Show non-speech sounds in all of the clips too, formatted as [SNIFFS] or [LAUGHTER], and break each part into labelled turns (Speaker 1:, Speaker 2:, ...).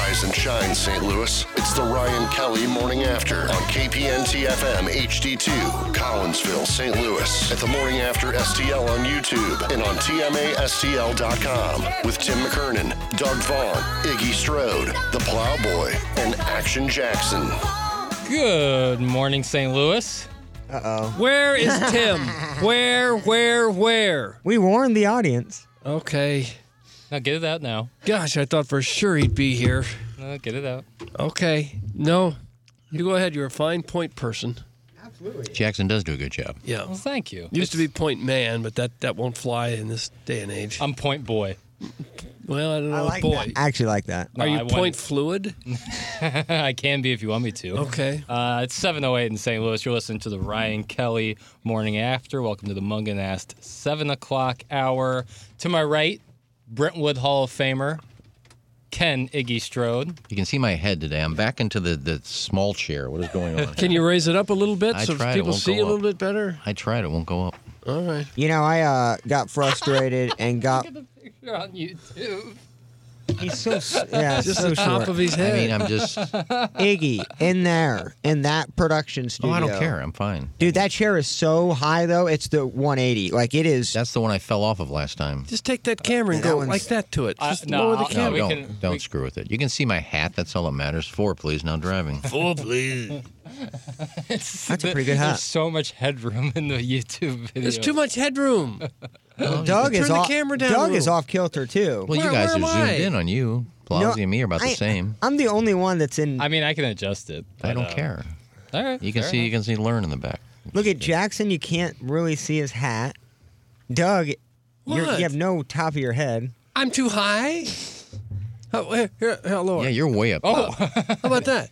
Speaker 1: Rise and shine, St. Louis. It's the Ryan Kelly Morning After on KPNT FM HD2, Collinsville, St. Louis. At the Morning After STL on YouTube and on TMASTL.com with Tim McKernan, Doug Vaughn, Iggy Strode, The Plowboy, and Action Jackson.
Speaker 2: Good morning, St. Louis. Uh oh. Where
Speaker 3: [LAUGHS]
Speaker 2: is Tim? where, where, where?
Speaker 4: We warned the audience.
Speaker 2: Okay. Now get it out now.
Speaker 3: Gosh, I thought for sure he'd be here.
Speaker 2: No, get it out.
Speaker 3: Okay. No, you go ahead. You're a fine point person.
Speaker 5: Jackson does do a good job.
Speaker 3: Yeah.
Speaker 2: Well, thank you.
Speaker 3: Used to be point man, but that, that won't fly in this day and age.
Speaker 2: I'm point boy.
Speaker 3: well, I don't know.
Speaker 4: I like
Speaker 3: boy.
Speaker 4: that. I actually like that.
Speaker 2: No,
Speaker 3: Are you
Speaker 2: I
Speaker 3: point
Speaker 2: wouldn't.
Speaker 3: fluid?
Speaker 2: [LAUGHS] I can be if you want me to.
Speaker 3: Okay.
Speaker 2: Uh, it's 7.08 in St. Louis. You're listening to the Ryan Kelly Morning After. Welcome to the Munganast 7 o'clock hour. To my right, Brentwood Hall of Famer, Ken Iggy Strode.
Speaker 5: You can see my head today. I'm back into the, the small chair. What is going on?
Speaker 3: Can you raise it up a little bit
Speaker 5: I
Speaker 3: so
Speaker 5: tried, it
Speaker 3: people
Speaker 5: won't
Speaker 3: see
Speaker 5: go
Speaker 3: a little
Speaker 5: up.
Speaker 3: bit better?
Speaker 5: I tried. It won't go up.
Speaker 3: All right.
Speaker 4: You know, I uh, got frustrated and got.
Speaker 2: [LAUGHS] You're on YouTube.
Speaker 4: He's so s- yeah,
Speaker 3: Just
Speaker 4: so
Speaker 3: the top
Speaker 4: short.
Speaker 3: of his
Speaker 5: I
Speaker 3: head.
Speaker 5: mean, I'm just. Oh,
Speaker 4: Iggy in there in that production studio.
Speaker 5: Oh, I don't care. I'm fine.
Speaker 4: Dude, that chair is so high though. It's the 180. Like it is.
Speaker 5: That's the one I fell off of last time.
Speaker 3: Just take
Speaker 5: Uh,
Speaker 3: that camera and
Speaker 4: That
Speaker 3: go
Speaker 4: one's-
Speaker 3: like that to it.
Speaker 2: Uh,
Speaker 3: Just
Speaker 2: no,
Speaker 3: lower the
Speaker 2: I'll-
Speaker 3: camera.
Speaker 5: No,
Speaker 2: we
Speaker 5: don't
Speaker 2: can-
Speaker 5: don't
Speaker 2: we-
Speaker 5: screw with it. You can see my hat. That's all that matters. Four, please. Now driving.
Speaker 4: That's a pretty good hat.
Speaker 2: There's so much headroom [LAUGHS] in the YouTube video.
Speaker 3: There's too much headroom.
Speaker 4: Doug
Speaker 3: turn
Speaker 4: is
Speaker 3: the
Speaker 4: off.
Speaker 3: camera down a
Speaker 4: Doug
Speaker 3: little.
Speaker 4: is off kilter too.
Speaker 5: Oh, Well,
Speaker 3: Where-
Speaker 5: you guys
Speaker 3: where
Speaker 5: are
Speaker 3: am I?
Speaker 5: zoomed in on you. Blasi and me are about
Speaker 4: I-
Speaker 5: the same.
Speaker 4: I'm the only one that's in.
Speaker 2: I mean, I can adjust it.
Speaker 5: I
Speaker 2: but,
Speaker 5: don't
Speaker 2: uh,
Speaker 5: care.
Speaker 2: All right.
Speaker 5: You can
Speaker 2: fair
Speaker 5: see. You
Speaker 2: enough.
Speaker 5: can see Learn in the back.
Speaker 4: Look at Jackson. You can't really see his hat. Doug, you're,
Speaker 3: What?
Speaker 4: you have no top of your head.
Speaker 3: I'm too high. Oh, here, here, here, lower.
Speaker 5: Yeah, you're way up.
Speaker 3: Oh, how about that?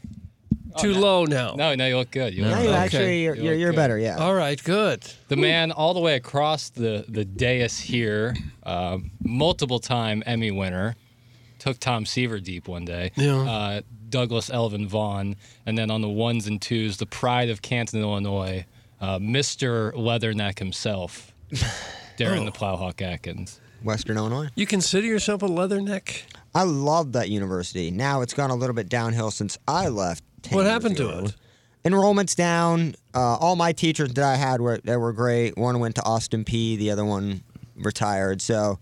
Speaker 3: Too low now.
Speaker 2: No, no, you look good. You look
Speaker 4: Now
Speaker 2: good.
Speaker 4: you
Speaker 3: okay. Oh.
Speaker 4: actually you're,
Speaker 2: You
Speaker 4: you're,
Speaker 2: look
Speaker 4: you're
Speaker 2: good.
Speaker 4: better. Yeah.
Speaker 3: All right, good.
Speaker 2: The man all the way across the, the dais here, uh, multiple time Emmy winner, took Tom Seaver deep one day.
Speaker 3: Yeah.
Speaker 2: Uh, Douglas Elvin Vaughn, and then on the ones and twos, the pride of Canton, Illinois, uh, Mr. Leatherneck
Speaker 3: [LAUGHS]
Speaker 2: himself,
Speaker 3: Oh.
Speaker 2: Darren the Plowhawk Atkins.
Speaker 4: Western Illinois.
Speaker 3: You consider yourself a leatherneck?
Speaker 4: I love that university. Now it's gone a little bit downhill since I left. 10
Speaker 3: What
Speaker 4: years
Speaker 3: happened to
Speaker 4: ago.
Speaker 3: it?
Speaker 4: Enrollment's down. Uh, all my teachers that I had were that were great. One went to Austin P. The other one retired. So,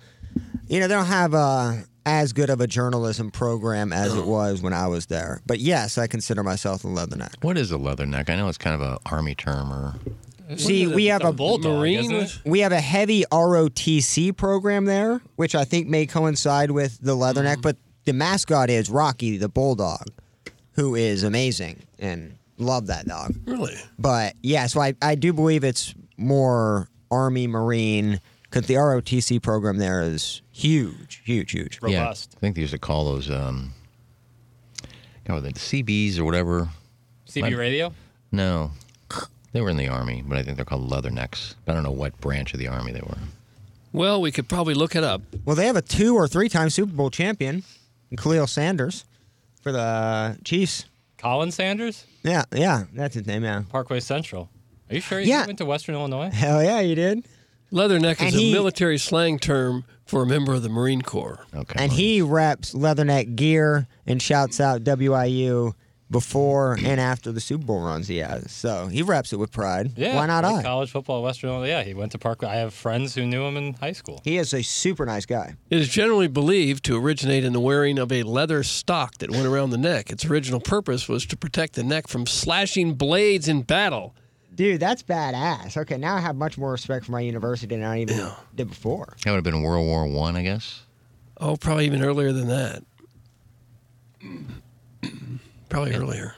Speaker 4: you know, they don't have uh, as good of a journalism program as
Speaker 3: [CLEARS THROAT]
Speaker 4: it was when I was there. But yes, I consider myself a leatherneck.
Speaker 5: [LAUGHS] What is a leatherneck? I know it's kind of a army term or
Speaker 4: See, we have
Speaker 2: It's
Speaker 4: a
Speaker 2: bulldog,
Speaker 3: Marine?
Speaker 2: isn't it?
Speaker 4: we have a heavy ROTC program there, which I think may coincide with the leatherneck. But the mascot is Rocky the Bulldog, who is amazing and love that dog.
Speaker 3: Really?
Speaker 4: But yeah, so I, I do believe it's more Army Marine because the ROTC program there is huge, huge, huge.
Speaker 2: Robust.
Speaker 5: Yeah, I think they used to call those um, God, the CBs or whatever.
Speaker 2: CB Radio?
Speaker 5: No, they were in the army, but I think they're called leathernecks. I don't know what branch of the army they were.
Speaker 3: Well, we could probably look it up.
Speaker 4: Well, they have a two or three time Super Bowl champion, Khalil Sanders, for the Chiefs.
Speaker 2: Colin Sanders?
Speaker 4: Yeah, yeah, that's his name. Yeah,
Speaker 2: Parkway Central. Are you sure you
Speaker 4: Yeah.
Speaker 2: went to Western Illinois?
Speaker 4: hell yeah, you did.
Speaker 3: Leatherneck
Speaker 4: And
Speaker 3: is
Speaker 4: he-
Speaker 3: a military slang term for a member of the Marine Corps.
Speaker 5: Okay,
Speaker 4: And he reps Leatherneck gear and shouts out WIU before and after the Super Bowl runs he has. So he reps it with pride.
Speaker 2: Yeah.
Speaker 4: Why not
Speaker 2: like
Speaker 4: I?
Speaker 2: College football, Western Illinois. Yeah, he went to Park. I have friends who knew him in high school.
Speaker 4: He is a super nice guy.
Speaker 3: It is generally believed to originate in the wearing of a leather stock that went around the neck. Its original purpose was to protect the neck from slashing blades in battle.
Speaker 4: Dude, that's badass. Okay, now I have much more respect for my university than I even did before.
Speaker 5: That would have been World War One, I, guess.
Speaker 3: Oh, probably even earlier than that. [CLEARS THROAT] Probably earlier.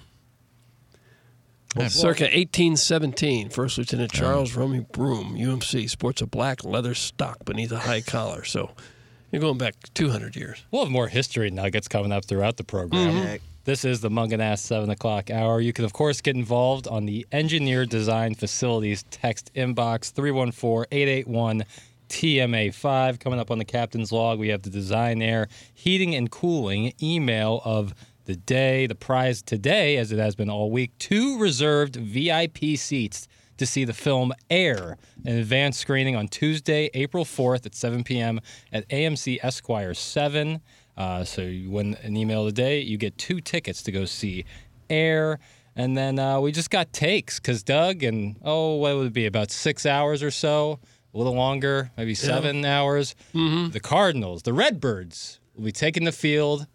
Speaker 3: Circa 1817, First Lieutenant Charles Romy Broom, UMC, sports a black leather stock beneath a high collar. So you're going back 200 years.
Speaker 2: We'll have more history nuggets coming up throughout the program. This is the Munganass 7 o'clock hour. You can, of course, get involved on the Engineer Design Facilities text inbox 314 881 TMA5. Coming up on the Captain's Log, we have the Design Air Heating and Cooling email of the day. The prize today, as it has been all week, two reserved VIP seats to see the film Air, an advanced screening on Tuesday, April 4th at 7 p.m. at AMC Esquire 7. Uh, so you win an email today. You get two tickets to go see Air. And then uh, we just got takes because Doug and, oh, what would it be, about six hours or so? A little longer, maybe seven hours.
Speaker 4: Mm-hmm.
Speaker 2: The Cardinals, the Redbirds, will be taking the field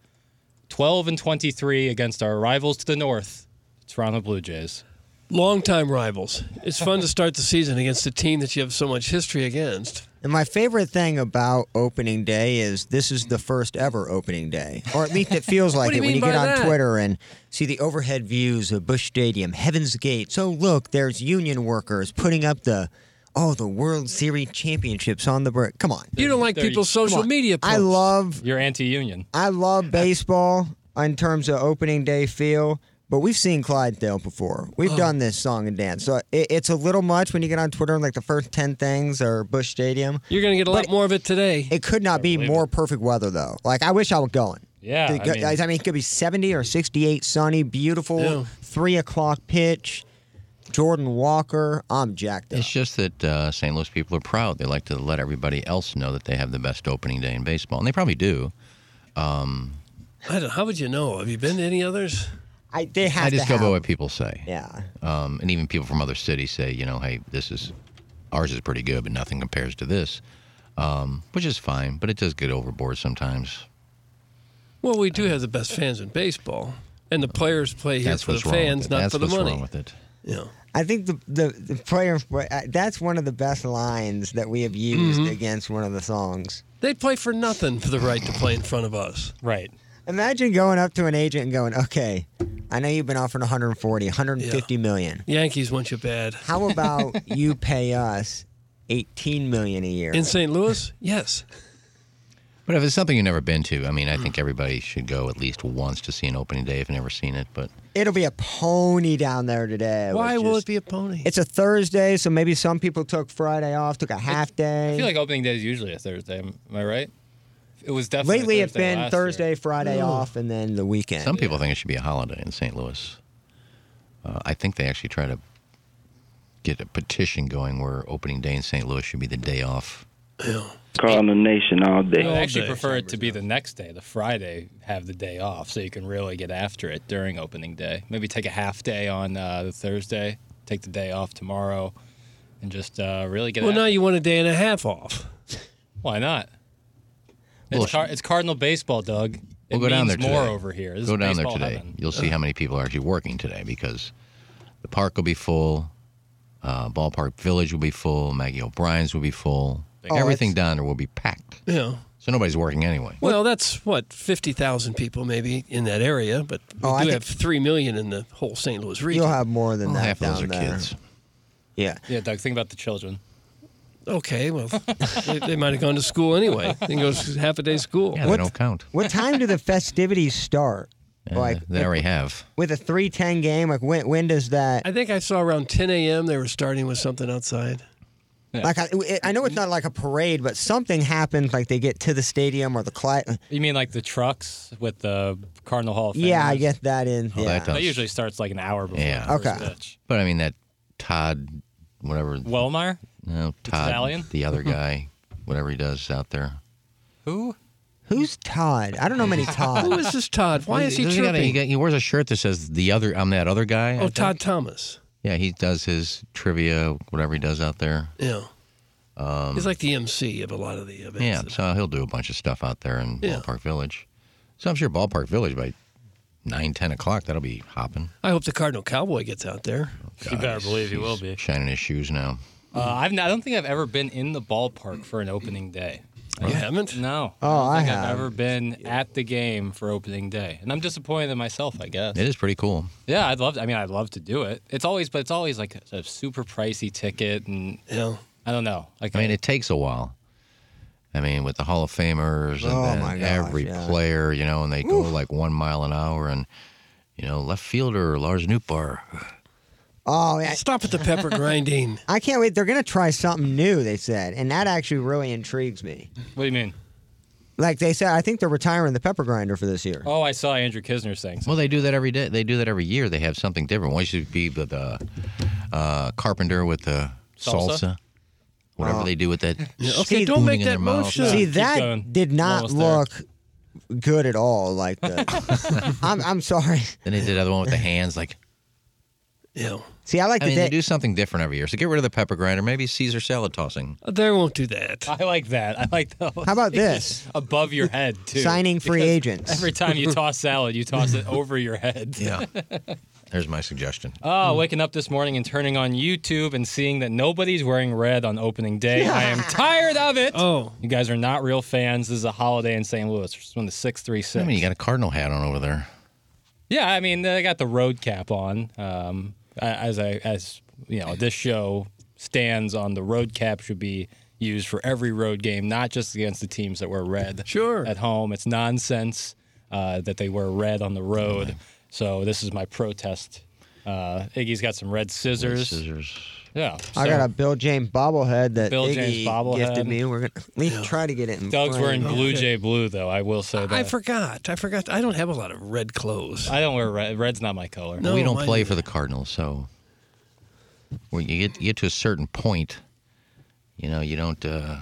Speaker 2: 12 and 23 against our rivals to the north, Toronto Blue Jays.
Speaker 3: Longtime rivals. It's fun to start the season against a team that you have so much history against.
Speaker 4: And my favorite thing about opening day is this is the first ever opening day, or at least it
Speaker 3: [LAUGHS]
Speaker 4: feels like
Speaker 3: do
Speaker 4: it
Speaker 3: you
Speaker 4: when
Speaker 3: mean
Speaker 4: you get
Speaker 3: by
Speaker 4: on
Speaker 3: that?
Speaker 4: Twitter and see the overhead views of Bush Stadium, Heaven's Gate. So look, there's union workers putting up the oh the World Series championships on the brick. Come on,
Speaker 3: You don't like
Speaker 2: There you-
Speaker 3: people's social media posts.
Speaker 4: I love
Speaker 2: You're anti union.
Speaker 4: I love baseball in terms of opening day feel, but we've seen Clydesdale before. We've
Speaker 3: Oh.
Speaker 4: done this song and dance, so it, it's a little much when you get on Twitter and like the first ten things or Bush Stadium.
Speaker 3: You're going to get a lot
Speaker 4: But-
Speaker 3: more of it today.
Speaker 4: It could not be more perfect weather though. Like I wish I was going.
Speaker 2: Yeah,
Speaker 4: To
Speaker 2: I
Speaker 4: go-
Speaker 2: mean-
Speaker 4: I mean, it could be seventy or sixty-eight, sunny, beautiful,
Speaker 3: Yeah.
Speaker 4: three o'clock pitch. Jordan Walker, I'm jacked up.
Speaker 5: It's just that uh, St. Louis people are proud. They like to let everybody else know that they have the best opening day in baseball, and they probably do.
Speaker 3: I don't, how would you know? Have you been to any others?
Speaker 4: I, they have
Speaker 5: I just
Speaker 4: to
Speaker 5: go
Speaker 4: have,
Speaker 5: by what people say.
Speaker 4: Yeah,
Speaker 5: Um, and even people from other cities say, you know, hey, this is ours is pretty good, but nothing compares to this, um, which is fine. But it does get overboard sometimes.
Speaker 3: Well, we do have the best fans in baseball, and the players play here
Speaker 5: That's
Speaker 3: for the
Speaker 5: what's wrong. With
Speaker 3: fans,
Speaker 5: it.
Speaker 3: not
Speaker 5: That's
Speaker 3: for the
Speaker 5: what's
Speaker 3: money.
Speaker 5: wrong with it.
Speaker 3: Yeah.
Speaker 4: I think the the, the player uh, that's one of the best lines that we have used
Speaker 5: Mm-hmm.
Speaker 4: against one of the songs.
Speaker 3: They play for nothing for the right to play in front of us.
Speaker 2: Right.
Speaker 4: Imagine going up to an agent and going, "Okay, I know you've been offered 140, 150 million.
Speaker 3: The Yankees want you bad.
Speaker 4: How about you pay us 18 million a year?"
Speaker 3: In St. Louis? Yes.
Speaker 5: But if it's something you've never been to, I mean, I think everybody should go at least once to see an opening day if you've never seen it. But
Speaker 4: It'll be a pony down there today.
Speaker 3: Why
Speaker 4: which
Speaker 3: will
Speaker 4: is-
Speaker 3: it be a pony?
Speaker 4: It's a Thursday, so maybe some people took Friday off, took a half day.
Speaker 2: I feel like opening day is usually a Thursday. Am am I right? It was definitely
Speaker 4: Lately,
Speaker 2: a
Speaker 4: it's
Speaker 2: Thursday
Speaker 4: been
Speaker 2: last
Speaker 4: Thursday,
Speaker 2: year.
Speaker 4: Friday off, and then the weekend.
Speaker 5: some people think it should be a holiday in St. Louis. Uh, I think they actually try to get a petition going where opening day in St. Louis should be the day off.
Speaker 6: calling the nation all day.
Speaker 2: I would actually
Speaker 3: day.
Speaker 2: prefer it to be the next day, the Friday, have the day off, so you can really get after it during opening day. Maybe take a half day on uh, the Thursday, take the day off tomorrow, and just uh, really get.
Speaker 3: well,
Speaker 2: after
Speaker 3: now
Speaker 2: it.
Speaker 3: you want a day and a half off.
Speaker 2: Why not? It's, Car- it's Cardinal baseball, Doug. It
Speaker 5: We'll go down
Speaker 2: means
Speaker 5: there today.
Speaker 2: more over here. This
Speaker 5: go
Speaker 2: is
Speaker 5: down there
Speaker 2: baseball
Speaker 5: today.
Speaker 2: heaven.
Speaker 5: You'll see how many people are actually working today because the park will be full, uh, ballpark village will be full, Maggie O'Brien's will be full.
Speaker 4: Oh,
Speaker 5: Everything down there will be packed.
Speaker 3: Yeah.
Speaker 5: So nobody's working anyway.
Speaker 3: Well, that's what, 50,000 people maybe in that area, but we
Speaker 4: Oh, I
Speaker 3: do
Speaker 4: think-
Speaker 3: have 3 million in the whole St. Louis region.
Speaker 4: You'll have more than
Speaker 5: Well,
Speaker 4: that
Speaker 5: Oh, half of
Speaker 4: down
Speaker 5: those are
Speaker 4: there.
Speaker 5: kids.
Speaker 4: Yeah.
Speaker 2: Yeah, Doug. Think about the children.
Speaker 3: okay, well, they, they might have gone to school anyway. They can go to half a day school.
Speaker 5: Yeah,
Speaker 4: What-
Speaker 5: they don't count.
Speaker 4: What time
Speaker 5: [LAUGHS]
Speaker 4: do the festivities start?
Speaker 5: Uh,
Speaker 4: like
Speaker 5: they already have.
Speaker 4: with a three ten game, like when when does that?
Speaker 3: I think I saw around 10 a.m. they were starting with something outside.
Speaker 4: Like I, it- I know it's not like a parade, but something happens. Like they get to the stadium or the uh, Clyde.
Speaker 2: You mean like the trucks with the Cardinal Hall? Of
Speaker 4: Yeah, I
Speaker 2: Famers?
Speaker 4: get that in.
Speaker 5: Oh,
Speaker 4: yeah.
Speaker 5: that does.
Speaker 2: That usually starts like an hour before.
Speaker 5: Yeah.
Speaker 2: the first
Speaker 4: Okay.
Speaker 2: pitch.
Speaker 5: But I mean that Todd, whatever.
Speaker 2: Wellmeyer?
Speaker 5: no, Todd,
Speaker 2: Italian?
Speaker 5: the other guy, whatever he does out there.
Speaker 2: Who?
Speaker 4: Who's Todd? I don't know many
Speaker 5: [LAUGHS]
Speaker 4: Todd.
Speaker 3: Who is this Todd? Why is he
Speaker 5: Doesn't got a-
Speaker 3: tripping?
Speaker 5: he, got- he wears a shirt that says the other. I'm that other guy. I
Speaker 3: oh,
Speaker 5: think.
Speaker 3: Todd Thomas.
Speaker 5: Yeah, he does his trivia, whatever he does out there.
Speaker 3: Yeah. He's like the MC of a lot of the events.
Speaker 5: Yeah, so he'll do a bunch of stuff out there in
Speaker 3: Yeah.
Speaker 5: Ballpark Village. So I'm sure Ballpark Village by nine, ten o'clock, that'll be hopping.
Speaker 3: I hope the Cardinal Cowboy gets out there.
Speaker 2: You better believe he will be.
Speaker 5: Shining his shoes now.
Speaker 2: Uh, I've not, I don't think I've ever been in the ballpark for an opening day.
Speaker 3: You haven't?
Speaker 2: No.
Speaker 4: Oh,
Speaker 2: I
Speaker 4: I
Speaker 2: don't think I've
Speaker 4: have.
Speaker 2: ever been at the game for opening day, and I'm disappointed in myself. I guess.
Speaker 5: It is pretty cool.
Speaker 2: Yeah, I'd love. To, I mean, I'd love to do it. It's always, but it's always like a, super pricey ticket, and
Speaker 3: Yeah.
Speaker 2: I don't know. Like,
Speaker 5: I mean, it takes a while. I mean, with the Hall of Famers and
Speaker 4: Oh,
Speaker 5: then
Speaker 4: my gosh,
Speaker 5: every
Speaker 4: yeah.
Speaker 5: player, you know, and they go like one mile an hour and, you know, left fielder Lars Nootbaar.
Speaker 4: Oh, yeah.
Speaker 3: Stop at the pepper grinding.
Speaker 4: I can't wait. They're gonna try something new. They said, and that actually really intrigues me.
Speaker 2: what do you mean?
Speaker 4: Like they said, I think they're retiring the pepper grinder for this year.
Speaker 2: Oh, I saw Andrew Kisner saying. something.
Speaker 5: Well, they do that every day. They do that every year. They have something different. One used to be the, the uh, carpenter with the
Speaker 2: Salsa?
Speaker 5: salsa, whatever
Speaker 4: Oh.
Speaker 5: they do with
Speaker 4: [LAUGHS]
Speaker 5: that.
Speaker 3: okay,
Speaker 4: See,
Speaker 3: don't
Speaker 5: booting
Speaker 3: make
Speaker 5: in
Speaker 3: that
Speaker 5: their mouth.
Speaker 3: motion.
Speaker 4: See,
Speaker 2: keep going.
Speaker 4: that did not
Speaker 2: Almost there.
Speaker 4: look good at all.
Speaker 2: [LAUGHS]
Speaker 4: Like, the, I'm I'm sorry.
Speaker 5: Then they did the other one with the hands. Like,
Speaker 3: Yeah.
Speaker 4: See, I like
Speaker 5: I
Speaker 4: that
Speaker 5: mean,
Speaker 4: they,
Speaker 5: they do something different every year. So get rid of the pepper grinder. Maybe Caesar salad tossing.
Speaker 3: They won't do
Speaker 2: [LAUGHS]
Speaker 3: that.
Speaker 2: I like that. I like that.
Speaker 4: How about this?
Speaker 2: Above your head too.
Speaker 4: signing free
Speaker 2: Because
Speaker 4: agents.
Speaker 2: Every time
Speaker 4: [LAUGHS]
Speaker 2: you toss salad, you toss it over your head.
Speaker 5: Yeah. There's my suggestion.
Speaker 3: Uh,
Speaker 4: Hmm.
Speaker 2: Oh, waking up this morning and turning on YouTube and seeing that nobody's wearing red on opening day. I am tired of it.
Speaker 3: Oh.
Speaker 2: You guys are not real fans. This is a holiday in St. Louis. It's one of the six three
Speaker 5: I
Speaker 2: six.
Speaker 5: mean, you got a cardinal hat on over there.
Speaker 2: Yeah, I mean, they got the road cap on. Um, a- as I, as you know, this show stands on the road cap should be used for every road game, not just against the teams that wear red.
Speaker 3: Sure.
Speaker 2: At home, it's nonsense uh, that they wear red on the road. So this is my protest. Uh, Iggy's got some red scissors.
Speaker 5: Scissors.
Speaker 2: Yeah.
Speaker 4: I
Speaker 2: so
Speaker 4: got a Bill James bobblehead that
Speaker 2: Bill
Speaker 4: Iggy
Speaker 2: James bobblehead.
Speaker 4: gifted me. We're gonna at least try to get it. In
Speaker 2: Doug's
Speaker 4: frame.
Speaker 2: wearing [LAUGHS] blue jay blue though. I will say that.
Speaker 3: I forgot. I forgot. I don't have a lot of red clothes.
Speaker 2: I don't wear red. Red's not my color.
Speaker 3: No.
Speaker 5: we don't
Speaker 3: mine
Speaker 5: play
Speaker 3: neither.
Speaker 5: for the Cardinals, so when you get you get to a certain point, you know, you don't. Uh,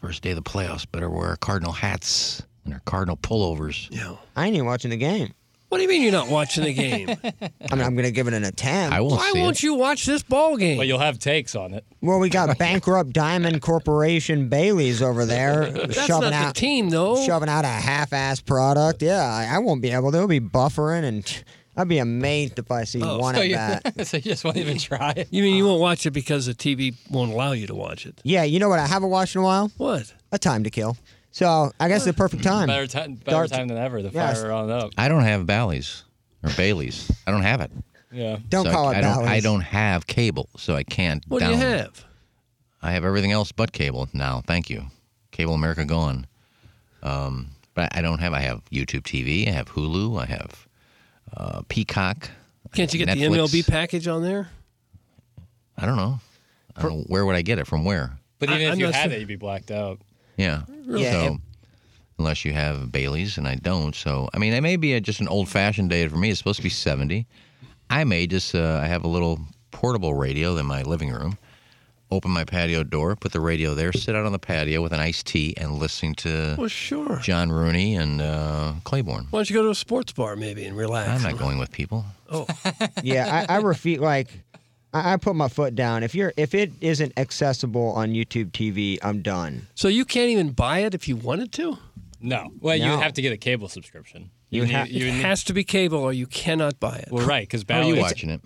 Speaker 5: first day of the playoffs, better wear Cardinal hats and our Cardinal pullovers.
Speaker 3: yeah.
Speaker 4: I ain't even watching the game.
Speaker 3: What do you mean you're not watching the game?
Speaker 4: I mean, I'm gonna give it an attempt.
Speaker 5: I won't
Speaker 3: Why
Speaker 5: see
Speaker 3: won't
Speaker 5: it.
Speaker 3: you watch this ball game?
Speaker 2: But you'll have takes on it. [LAUGHS]
Speaker 4: Well, we
Speaker 3: [LAUGHS]
Speaker 4: got bankrupt Diamond Corporation Bailey's over there
Speaker 3: [LAUGHS] That's
Speaker 4: shoving
Speaker 3: not
Speaker 4: out
Speaker 3: the team, Oh. though.
Speaker 4: shoving out a half-ass product. Yeah, I, I won't be able. to. They'll be buffering, and [SNIFFS] I'd be amazed if I see
Speaker 3: Oh,
Speaker 4: one
Speaker 2: So
Speaker 4: at
Speaker 2: you,
Speaker 3: [LAUGHS]
Speaker 4: bat.
Speaker 2: so you just won't even try it.
Speaker 3: You mean you won't watch it because the TV won't allow you to watch it?
Speaker 4: Yeah, you know what? I haven't watched in a while.
Speaker 3: What?
Speaker 4: A time to kill. So I guess the perfect time.
Speaker 2: Better, ti- better
Speaker 4: Dart-
Speaker 2: time than ever. The
Speaker 4: Yes.
Speaker 2: fire on up.
Speaker 5: I don't have Bally's or Bailey's. I don't have it.
Speaker 2: Yeah.
Speaker 4: Don't
Speaker 5: So
Speaker 4: call
Speaker 5: I,
Speaker 4: it
Speaker 5: I don't, I
Speaker 4: Bally's.
Speaker 5: don't have cable, so I can't.
Speaker 3: What do
Speaker 5: download.
Speaker 3: you have?
Speaker 5: I have everything else but cable now. Thank you, Cable America gone. Um, but I don't have. I have YouTube TV. I have Hulu. I have uh, Peacock.
Speaker 3: Can't you get
Speaker 5: Netflix.
Speaker 3: the MLB package on there?
Speaker 5: I don't know. I don't know. Where would I get it? From where?
Speaker 2: But
Speaker 3: I-
Speaker 2: even if
Speaker 3: I'm
Speaker 2: you
Speaker 3: not
Speaker 2: had
Speaker 3: sure.
Speaker 2: it, you'd be blacked out.
Speaker 5: Yeah.
Speaker 4: Yeah,
Speaker 5: So
Speaker 4: it-
Speaker 5: unless you have Bailey's, and I don't, so I mean, it may be a, just an old-fashioned day for me. It's supposed to be 70. I may just uh, I have a little portable radio in my living room. Open my patio door, put the radio there, sit out on the patio with an iced tea, and listening to
Speaker 3: Well, sure.
Speaker 5: John Rooney and uh, Claiborne.
Speaker 3: Why don't you go to a sports bar maybe and relax? [LAUGHS]
Speaker 5: I'm not going with people.
Speaker 3: Oh,
Speaker 4: yeah, I, I refute like I, I put my foot down. If you're if it isn't accessible on YouTube TV, I'm done.
Speaker 3: so you can't even buy it if you wanted to?
Speaker 2: No. Well, you
Speaker 4: No.
Speaker 2: would have to get a cable subscription.
Speaker 4: You ha-
Speaker 2: you
Speaker 3: it
Speaker 2: need-
Speaker 3: has to be cable or you cannot buy it.
Speaker 2: well, right, because
Speaker 5: How are
Speaker 2: Bally's.
Speaker 5: you watching it?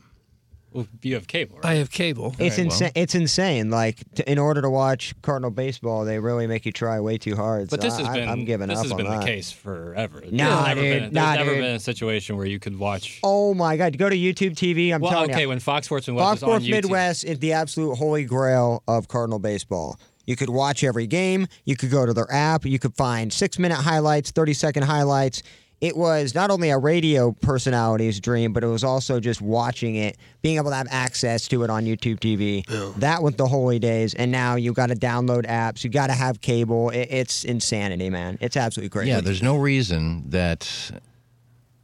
Speaker 2: Well, you have cable, right?
Speaker 3: I have cable.
Speaker 4: It's insane. It's insane. Like to, in order to watch Cardinal baseball, they really make you try way too hard.
Speaker 2: But
Speaker 4: So
Speaker 2: this has
Speaker 4: I,
Speaker 2: been
Speaker 4: I'm giving
Speaker 2: this
Speaker 4: up
Speaker 2: has
Speaker 4: on
Speaker 2: been
Speaker 4: that.
Speaker 2: the case forever. there's
Speaker 4: Nah,
Speaker 2: never,
Speaker 4: dude.
Speaker 2: been, there's
Speaker 4: Nah,
Speaker 2: never
Speaker 4: dude.
Speaker 2: been a situation where you could watch.
Speaker 4: Oh my god! Go to YouTube TV. I'm
Speaker 2: well,
Speaker 4: telling
Speaker 2: okay,
Speaker 4: you.
Speaker 2: when Fox Sports and West
Speaker 4: Fox Sports
Speaker 2: is on YouTube,
Speaker 4: Midwest is the absolute holy grail of Cardinal baseball. You could watch every game. You could go to their app. You could find six minute highlights, 30 second highlights. It was not only a radio personality's dream, but it was also just watching it, being able to have access to it on YouTube TV. That was the holy days. And now you got to download apps. You got to have cable. It, it's insanity, man. It's absolutely crazy.
Speaker 5: Yeah, there's no reason that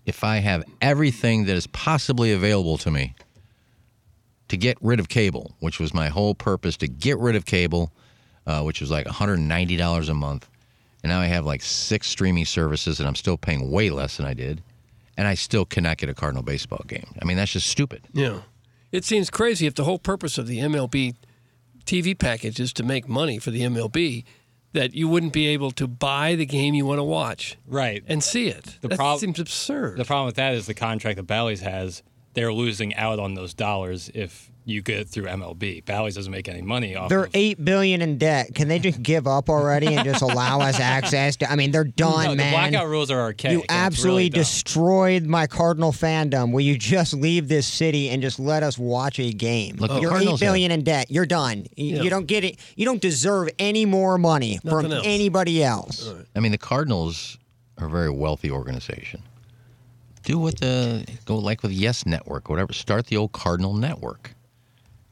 Speaker 5: if I have everything that is possibly available to me to get rid of cable, which was my whole purpose to get rid of cable, uh, which was like $190 a month, And now I have like six streaming services, and I'm still paying way less than I did. And I still cannot get a Cardinal baseball game. I mean, that's just stupid.
Speaker 3: Yeah. It seems crazy if the whole purpose of the MLB TV package is to make money for the MLB that you wouldn't be able to buy the game you want to watch
Speaker 2: Right.
Speaker 3: and see it.
Speaker 2: The
Speaker 3: that
Speaker 2: prob-
Speaker 3: seems absurd.
Speaker 2: The problem with that is the contract that Bally's has, they're losing out on those dollars if you get it through MLB. Bally's doesn't make any money off
Speaker 4: They're
Speaker 2: of
Speaker 4: eight billion in debt. Can they just give up already and just
Speaker 2: [LAUGHS]
Speaker 4: allow us access to? I mean, they're done,
Speaker 2: No, the
Speaker 4: man.
Speaker 2: blackout rules are archaic.
Speaker 4: You
Speaker 2: and it's
Speaker 4: absolutely
Speaker 2: really dumb.
Speaker 4: destroyed my Cardinal fandom. Will you just leave this city and just let us watch a game?
Speaker 5: Look, the
Speaker 4: You're
Speaker 5: Cardinals
Speaker 4: eight billion in debt. You're done. Y- You don't get it. You don't deserve any more money
Speaker 3: Nothing
Speaker 4: from
Speaker 3: else.
Speaker 4: anybody else.
Speaker 5: I mean, the Cardinals are a very wealthy organization. Do what the go like with Yes Network, or whatever. Start the old Cardinal Network,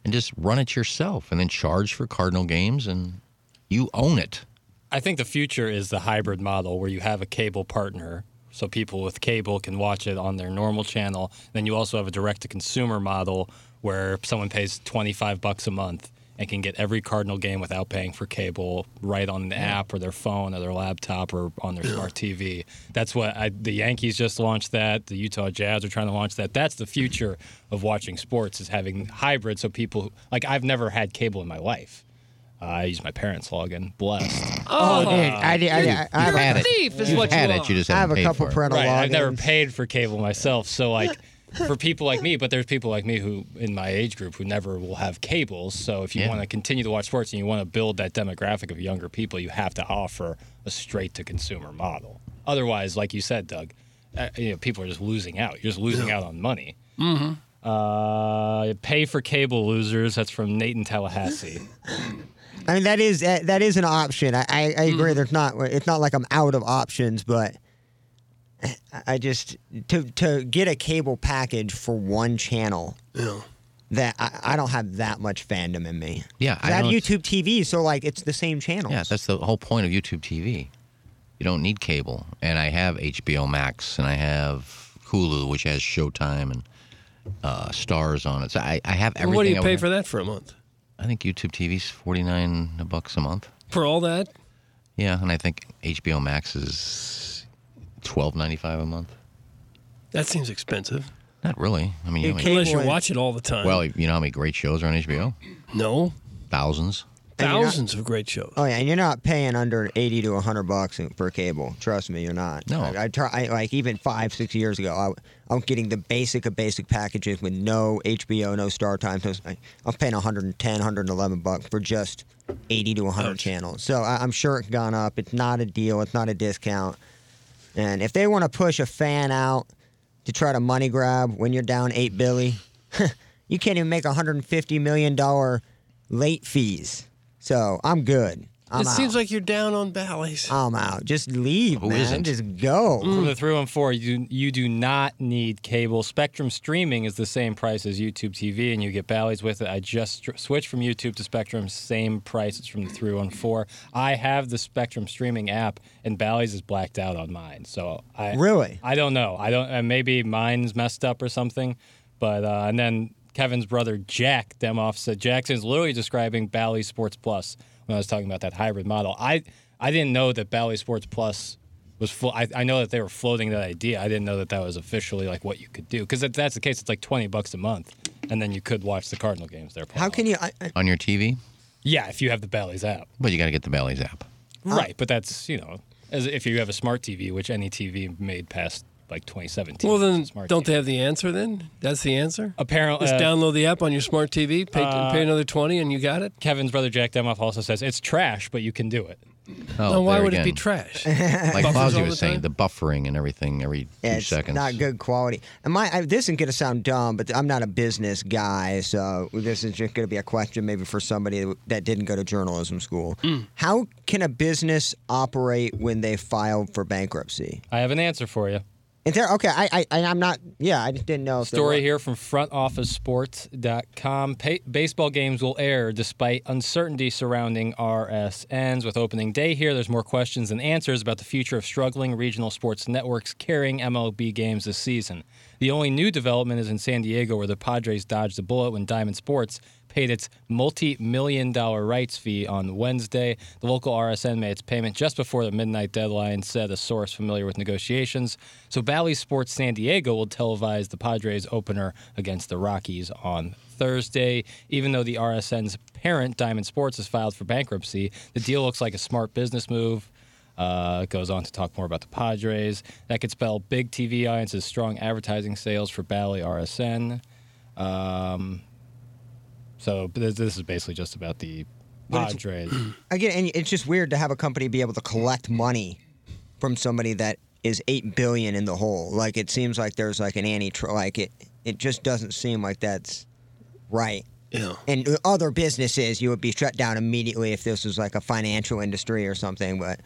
Speaker 5: and just run it yourself, and then charge for Cardinal games, and you own it.
Speaker 2: I think the future is the hybrid model where you have a cable partner so people with cable can watch it on their normal channel. Then you also have a direct to consumer model where someone pays 25 bucks a month and can get every Cardinal game without paying for cable right on an app or their phone or their laptop or on their smart TV. That's what I, the Yankees just launched that, the Utah Jazz are trying to launch that. That's the future of watching sports is having hybrid so people like I've never had cable in my life. Uh, I use my parents login. Blessed.
Speaker 4: Oh, dude, I, did- I, did- I, I have
Speaker 5: You've
Speaker 4: a,
Speaker 5: had it.
Speaker 3: thief is
Speaker 5: You've
Speaker 3: what you
Speaker 5: had
Speaker 3: are.
Speaker 5: it. You just
Speaker 4: I have
Speaker 5: haven't
Speaker 4: a
Speaker 5: paid
Speaker 4: couple
Speaker 5: for it.
Speaker 4: parental
Speaker 2: Right. I've never
Speaker 4: logins.
Speaker 2: paid for cable myself. So like for people like me, but there's people like me who in my age group who never will have cables. So if you
Speaker 5: Yeah.
Speaker 2: want to continue to watch sports and you want to build that demographic of younger people, you have to offer a straight to consumer model. Otherwise, like you said, Doug, uh, you know, people are just losing out. You're just losing out on money. Uh, pay for cable losers. That's from Nate in Tallahassee.
Speaker 4: I mean, that is that, that is an option. I, I, I
Speaker 5: Mm-hmm.
Speaker 4: agree. There's not. It's not like I'm out of options, but I- I just to to get a cable package for one channel. That I, I don't have that much fandom in me.
Speaker 5: Yeah,
Speaker 4: I
Speaker 5: I
Speaker 4: have
Speaker 5: don't-
Speaker 4: YouTube TV, so like it's the same channel.
Speaker 5: Yeah, that's the whole point of YouTube TV. You don't need cable, and I have HBO Max, and I have Hulu, which has Showtime and uh, Stars on it. So I, I have everything.
Speaker 3: what do you
Speaker 5: I
Speaker 3: pay
Speaker 5: would-
Speaker 3: for that for a month?
Speaker 5: I think YouTube TV's forty nine bucks a month.
Speaker 3: For all that?
Speaker 5: Yeah, and I think HBO Max is twelve ninety five a month.
Speaker 3: That seems expensive.
Speaker 5: Not really. I mean, you know how many-
Speaker 3: Unless you
Speaker 4: Cable-
Speaker 3: watch it all the time.
Speaker 5: well, you know how many great shows are on HBO?
Speaker 3: no.
Speaker 5: Thousands.
Speaker 3: Thousands of great shows.
Speaker 4: Oh yeah, and you're not paying under eighty to hundred bucks for cable. Trust me, you're not.
Speaker 5: No.
Speaker 4: I, I try. I, like even five, six years ago, I, I'm getting the basic of basic packages with no HBO, no Star Time. So I, I'm paying 110, 111 bucks for just eighty to hundred channels. So I, I'm sure it's gone up. It's not a deal. It's not a discount. And if they want to push a fan out to try to money grab when you're down eight billy, [LAUGHS] you can't even make 150 million dollar late fees. So I'm good. I'm
Speaker 3: it
Speaker 4: out.
Speaker 3: seems like you're down on Bally's.
Speaker 4: I'm out. Just leave,
Speaker 5: Who
Speaker 4: man.
Speaker 5: isn't?
Speaker 4: Just go.
Speaker 3: Mm.
Speaker 2: From the 314, you, you do not need cable. Spectrum streaming is the same price as YouTube TV, and you get Bally's with it. I just str- switched from YouTube to Spectrum, same price. It's from the 314. I have the Spectrum streaming app, and Bally's is blacked out on mine. So I
Speaker 4: Really?
Speaker 2: I don't know. I don't. Uh, maybe mine's messed up or something. But uh, and then Kevin's brother Jack Demoff said Jackson's literally describing Bally Sports Plus when I was talking about that hybrid model. I I didn't know that Bally Sports Plus was. Flo- I, I know that they were floating that idea. I didn't know that that was officially like what you could do because if that's the case, it's like twenty bucks a month, and then you could watch the Cardinal games there.
Speaker 4: How can you? I, I,
Speaker 5: On your TV?
Speaker 2: Yeah, if you have the Bally's app.
Speaker 5: But you got to get the Bally's app.
Speaker 2: Right, but that's you know, as if you have a smart TV, which any TV made past like 2017.
Speaker 3: well,
Speaker 2: is a
Speaker 3: then,
Speaker 2: smart
Speaker 3: don't
Speaker 2: TV.
Speaker 3: they have the answer then? That's the answer?
Speaker 2: Apparently, uh,
Speaker 3: Just download the app on your smart TV, pay, pay another 20 and you got it?
Speaker 2: Kevin's brother Jack Demoff also says it's trash, but you can do it.
Speaker 5: Oh,
Speaker 3: Now, why
Speaker 5: there
Speaker 3: would it be
Speaker 5: again.
Speaker 3: trash?
Speaker 5: Like
Speaker 3: Buffers all
Speaker 5: Fozzie
Speaker 3: the
Speaker 5: was saying,
Speaker 3: time?
Speaker 5: the buffering and everything every
Speaker 4: yeah,
Speaker 5: two
Speaker 4: it's
Speaker 5: seconds.
Speaker 4: not good quality. And my, I, this isn't gonna sound dumb, but I'm not a business guy, so this is just gonna be a question maybe for somebody that didn't go to journalism school.
Speaker 3: Mm.
Speaker 4: How can a business operate when they filed for bankruptcy?
Speaker 2: I have an answer for you.
Speaker 4: Is there? Okay, I, I, and I'm not. Yeah, I just didn't know. if there
Speaker 2: Story
Speaker 4: were-
Speaker 2: here from frontofficesports.com. Pa- baseball games will air despite uncertainty surrounding RSNs. With opening day here, there's more questions than answers about the future of struggling regional sports networks carrying MLB games this season. The only new development is in San Diego, where the Padres dodged a bullet when Diamond Sports paid its multi million dollar rights fee on Wednesday. The local RSN made its payment just before the midnight deadline, said a source familiar with negotiations. So Bally Sports San Diego will televise the Padres opener against the Rockies on Thursday. Even though the RSN's parent, Diamond Sports, has filed for bankruptcy, the deal looks like a smart business move. Uh, goes on to talk more about the Padres. That could spell big TV audiences, strong advertising sales for Bally RSN. Um, so this, this is basically just about the Padres.
Speaker 4: Again, and it's just weird to have a company be able to collect money from somebody that is eight billion in the hole. Like it seems like there's like an anti like it. It just doesn't seem like that's right.
Speaker 3: Yeah.
Speaker 4: And other businesses, you would be shut down immediately if this was like a financial industry or something. But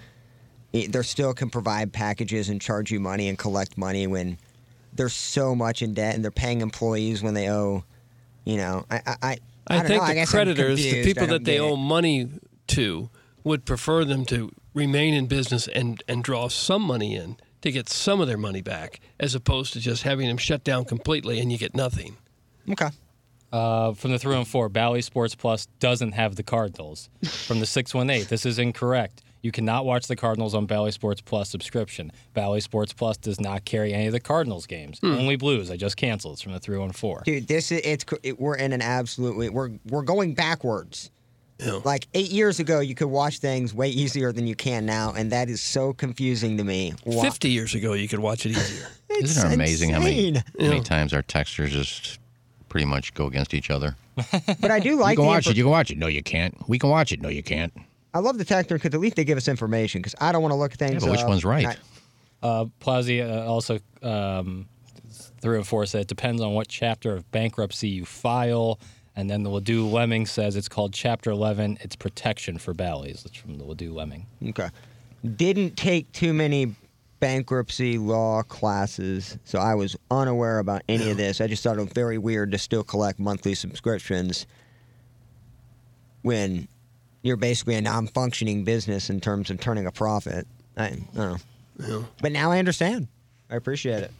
Speaker 4: it, they still can provide packages and charge you money and collect money when they're so much in debt and they're paying employees when they owe. You know, I I I,
Speaker 3: I,
Speaker 4: don't
Speaker 3: think
Speaker 4: know. I
Speaker 3: the
Speaker 4: guess I'm
Speaker 3: creditors, the
Speaker 4: confused. I
Speaker 3: people
Speaker 4: don't
Speaker 3: that they
Speaker 4: get it.
Speaker 3: owe money to, would prefer them to remain in business and, and draw some money in to get some of their money back, as opposed to just having them shut down completely and you get nothing.
Speaker 4: Okay.
Speaker 2: Uh, from the 314, Bally Sports Plus doesn't have the Cardinals. From the 618, this is incorrect. You cannot watch the Cardinals on Bally Sports Plus subscription. Bally Sports Plus does not carry any of the Cardinals games. Only Blues. I just canceled. It's from the 314.
Speaker 4: Dude, this is it's cr- it, we're in an absolutely we're we're going backwards. Like eight years ago, you could watch things way easier than you can now, and that is so confusing to me. Wha-
Speaker 3: 50 years ago, you could watch
Speaker 4: [LAUGHS]
Speaker 3: it easier.
Speaker 5: Isn't it amazing how many,
Speaker 4: insane.
Speaker 5: how many times our textures just pretty much go against each other?
Speaker 4: But I do like
Speaker 5: [LAUGHS] You can
Speaker 4: the
Speaker 5: watch
Speaker 4: infor-
Speaker 5: it. You can watch it. No, you can't. We can watch it. No, you can't.
Speaker 4: I love the tactic because at least they give us information because I don't want to look things.
Speaker 5: Yeah, but which
Speaker 4: up.
Speaker 5: one's right?
Speaker 4: I-
Speaker 2: Uh, Plazzi uh, also um, three and four said it depends on what chapter of bankruptcy you file. And then the Ladue Lemming says it's called Chapter 11. It's protection for Bally's. That's from the Ladue Lemming.
Speaker 4: okay. Didn't take too many bankruptcy law classes, so I was unaware about any of this. I just thought it was very weird to still collect monthly subscriptions when you're basically a non-functioning business in terms of turning a profit. I, I don't know. But now I understand. I appreciate it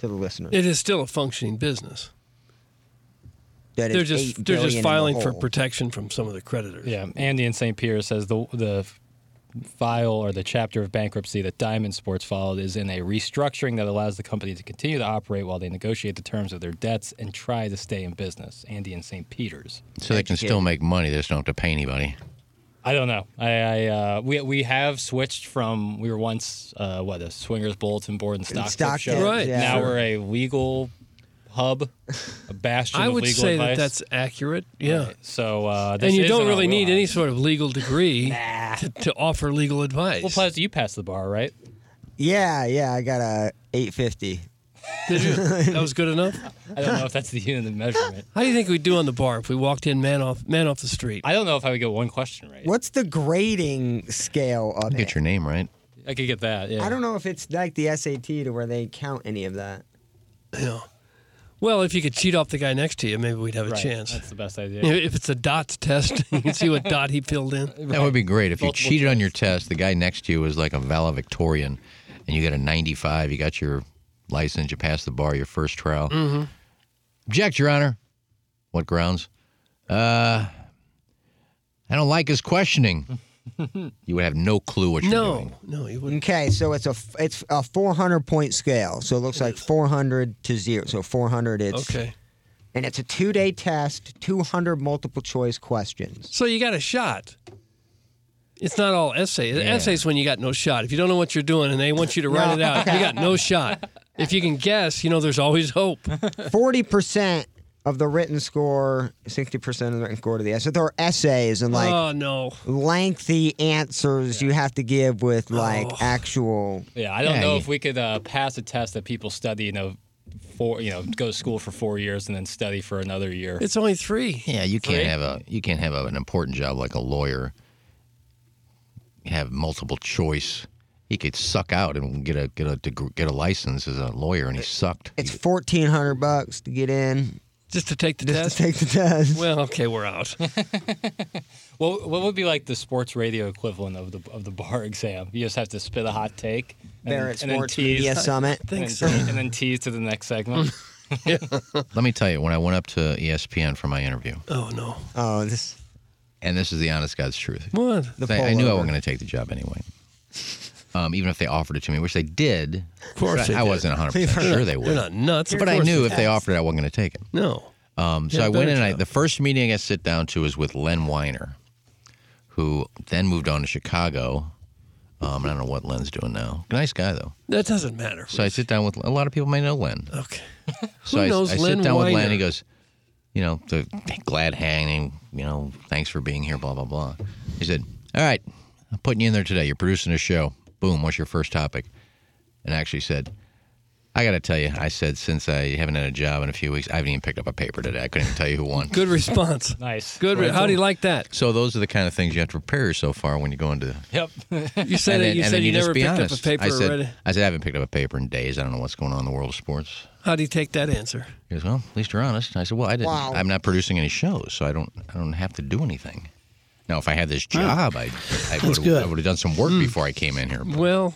Speaker 4: to the listener.
Speaker 3: It is still a functioning business.
Speaker 4: That
Speaker 3: They're
Speaker 4: it's
Speaker 3: just
Speaker 4: 8
Speaker 3: they're
Speaker 4: billion
Speaker 3: just
Speaker 4: in the
Speaker 3: filing for
Speaker 4: hole.
Speaker 3: protection from some of the creditors.
Speaker 2: Yeah, Andy in St. Pierre says the the file or the chapter of bankruptcy that Diamond Sports followed is in a restructuring that allows the company to continue to operate while they negotiate the terms of their debts and try to stay in business. Andy in St. Peter's.
Speaker 5: So they can still make money. They just don't have to pay anybody.
Speaker 2: I don't know. I, I uh, we we have switched from we were once uh, what a swingers bulletin board and stock, tip
Speaker 4: stock
Speaker 2: show.
Speaker 4: tips,
Speaker 3: Right. yeah.
Speaker 2: Now
Speaker 3: Sure.
Speaker 2: we're a legal hub, a bastion
Speaker 3: I
Speaker 2: of
Speaker 3: would
Speaker 2: legal
Speaker 3: say
Speaker 2: advice.
Speaker 3: that that's accurate. Yeah.
Speaker 2: so uh, this
Speaker 3: And
Speaker 2: is
Speaker 3: you
Speaker 2: in
Speaker 3: don't
Speaker 2: our
Speaker 3: really need any
Speaker 2: wheelhouse.
Speaker 3: sort of legal degree to, to offer legal advice.
Speaker 2: Well,
Speaker 3: [LAUGHS]
Speaker 2: Plaz, you passed the bar, right?
Speaker 4: Yeah, yeah, I got a 850. [LAUGHS]
Speaker 3: Did you? That was good enough.
Speaker 2: I don't know if that's the unit of measurement.
Speaker 3: How do you think we'd do on the bar if we walked in man off man off the street?
Speaker 2: I don't know if I would get one question right.
Speaker 4: What's the grading scale of it?
Speaker 5: Get your name right.
Speaker 2: I could get that. Yeah.
Speaker 4: I don't know if it's like the SAT to where they count any of that.
Speaker 3: Well, if you could cheat off the guy next to you, maybe we'd have a
Speaker 2: Right.
Speaker 3: chance.
Speaker 2: That's the best idea.
Speaker 3: You know, [LAUGHS] if it's a dots test, [LAUGHS] you can see what dot he filled
Speaker 5: [LAUGHS]
Speaker 3: in.
Speaker 5: That would be great. If you
Speaker 2: Multiple
Speaker 5: cheated on your test, the guy next to you was like a valedictorian, and you got a 95, you got your license, you passed the bar, your first trial. Mm-hmm. Object, Your Honor. What grounds? Uh, I don't like his questioning. you would have no clue what you're
Speaker 3: No,
Speaker 5: doing.
Speaker 3: no, he wouldn't.
Speaker 4: Okay, so it's a f- it's a 400 point scale. So it looks like 400 to 0. So 400 it's
Speaker 3: Okay,
Speaker 4: and it's a 2-day test, 200 multiple choice questions. [LAUGHS]
Speaker 3: so you got a shot. It's not all essay. The Essay's when you got no shot. If you don't know what you're doing and they want you to write it out, you got
Speaker 5: [LAUGHS]
Speaker 3: no shot. If you can guess, you know there's always hope.
Speaker 4: 40% of the written score, 60% of the written score to the essay. So there are essays and like
Speaker 3: oh no.
Speaker 4: lengthy answers you have to give with like
Speaker 2: Oh.
Speaker 4: actual
Speaker 2: Yeah, I don't
Speaker 5: Yeah,
Speaker 2: know
Speaker 5: you-
Speaker 2: if we could uh, pass a test that people study, you know, four, you know, go to school for four years and then study for another year.
Speaker 3: It's only three.
Speaker 5: Yeah, you can't
Speaker 2: Right?
Speaker 5: have a you can't have a, an important job like a lawyer. Have multiple choice. He could suck out and get a get a deg- get a license as a lawyer, and he sucked.
Speaker 4: It's 1400 bucks to get in.
Speaker 3: Just to take the
Speaker 4: Just
Speaker 3: test.
Speaker 4: to take the test.
Speaker 3: well, okay, we're out.
Speaker 2: [LAUGHS] What what would be like the sports radio equivalent of the of the bar [LAUGHS] exam? You just have to spit a hot take. And,
Speaker 4: there
Speaker 2: then- [LAUGHS]
Speaker 4: at
Speaker 2: and then
Speaker 4: Sports
Speaker 2: tease-
Speaker 4: Media Summit.
Speaker 3: [LAUGHS]
Speaker 2: and, then- and then tease to the next segment.
Speaker 5: Let me tell you, when I went up to E ESPN for my interview,
Speaker 3: Oh no.
Speaker 4: Oh, this
Speaker 5: and this is the honest God's truth.
Speaker 3: What?
Speaker 4: the
Speaker 5: I, I knew I
Speaker 4: pullover.
Speaker 5: wasn't going to take the job anyway. Um, even if they offered it to me, which they did,
Speaker 3: Of course
Speaker 5: but
Speaker 3: they
Speaker 5: I, I
Speaker 3: did.
Speaker 5: wasn't 100
Speaker 4: They
Speaker 5: percent
Speaker 4: were-
Speaker 5: sure they
Speaker 3: They're
Speaker 5: would.
Speaker 3: not nuts. Of
Speaker 5: But I
Speaker 3: course
Speaker 5: knew
Speaker 3: they-
Speaker 5: if they offered it, I wasn't going to take it.
Speaker 3: No.
Speaker 5: Um, so
Speaker 3: Yeah,
Speaker 5: I went
Speaker 3: better
Speaker 5: in. And I,
Speaker 3: job.
Speaker 5: the first meeting I sit down to was with Len Weiner, who then moved on to Chicago. Um, and I don't know what Len's doing now. Nice guy though.
Speaker 3: That doesn't matter.
Speaker 5: So I sit down with a lot of people may know Len.
Speaker 3: Okay.
Speaker 5: So
Speaker 3: Who
Speaker 5: I,
Speaker 3: knows
Speaker 5: I
Speaker 3: Len
Speaker 5: sit down with Len.
Speaker 3: Weiner?
Speaker 5: He goes, you know, the glad hanging. You know, thanks for being here. Blah blah blah. He said, "All right, I'm putting you in there today. You're producing a show. Boom. What's your first topic?" And I actually said, "I got to tell you, I said since I haven't had a job in a few weeks, I haven't even picked up a paper today. I couldn't even tell you who won."
Speaker 3: Good
Speaker 5: [LAUGHS]
Speaker 3: response.
Speaker 2: Nice.
Speaker 3: Good. Re- how do you like that?
Speaker 5: So those are the kind of things you have to prepare yourself for when you go into.
Speaker 2: Yep.
Speaker 3: You said it. You said you, never picked up a paper.
Speaker 5: I said,
Speaker 3: already.
Speaker 5: I said I haven't picked up a paper in days. I don't know what's going on in the world of sports.
Speaker 3: How do you take that answer?
Speaker 5: He goes, well, at least you're honest. And I said, well, I didn't.
Speaker 4: Wow.
Speaker 5: I'm not producing any shows, so I don't. I don't have to do anything. Now, if I had this job,
Speaker 3: [LAUGHS]
Speaker 5: I, I would
Speaker 7: good.
Speaker 5: have I would have done some work
Speaker 3: Hmm.
Speaker 5: before I came in here. But
Speaker 3: Well,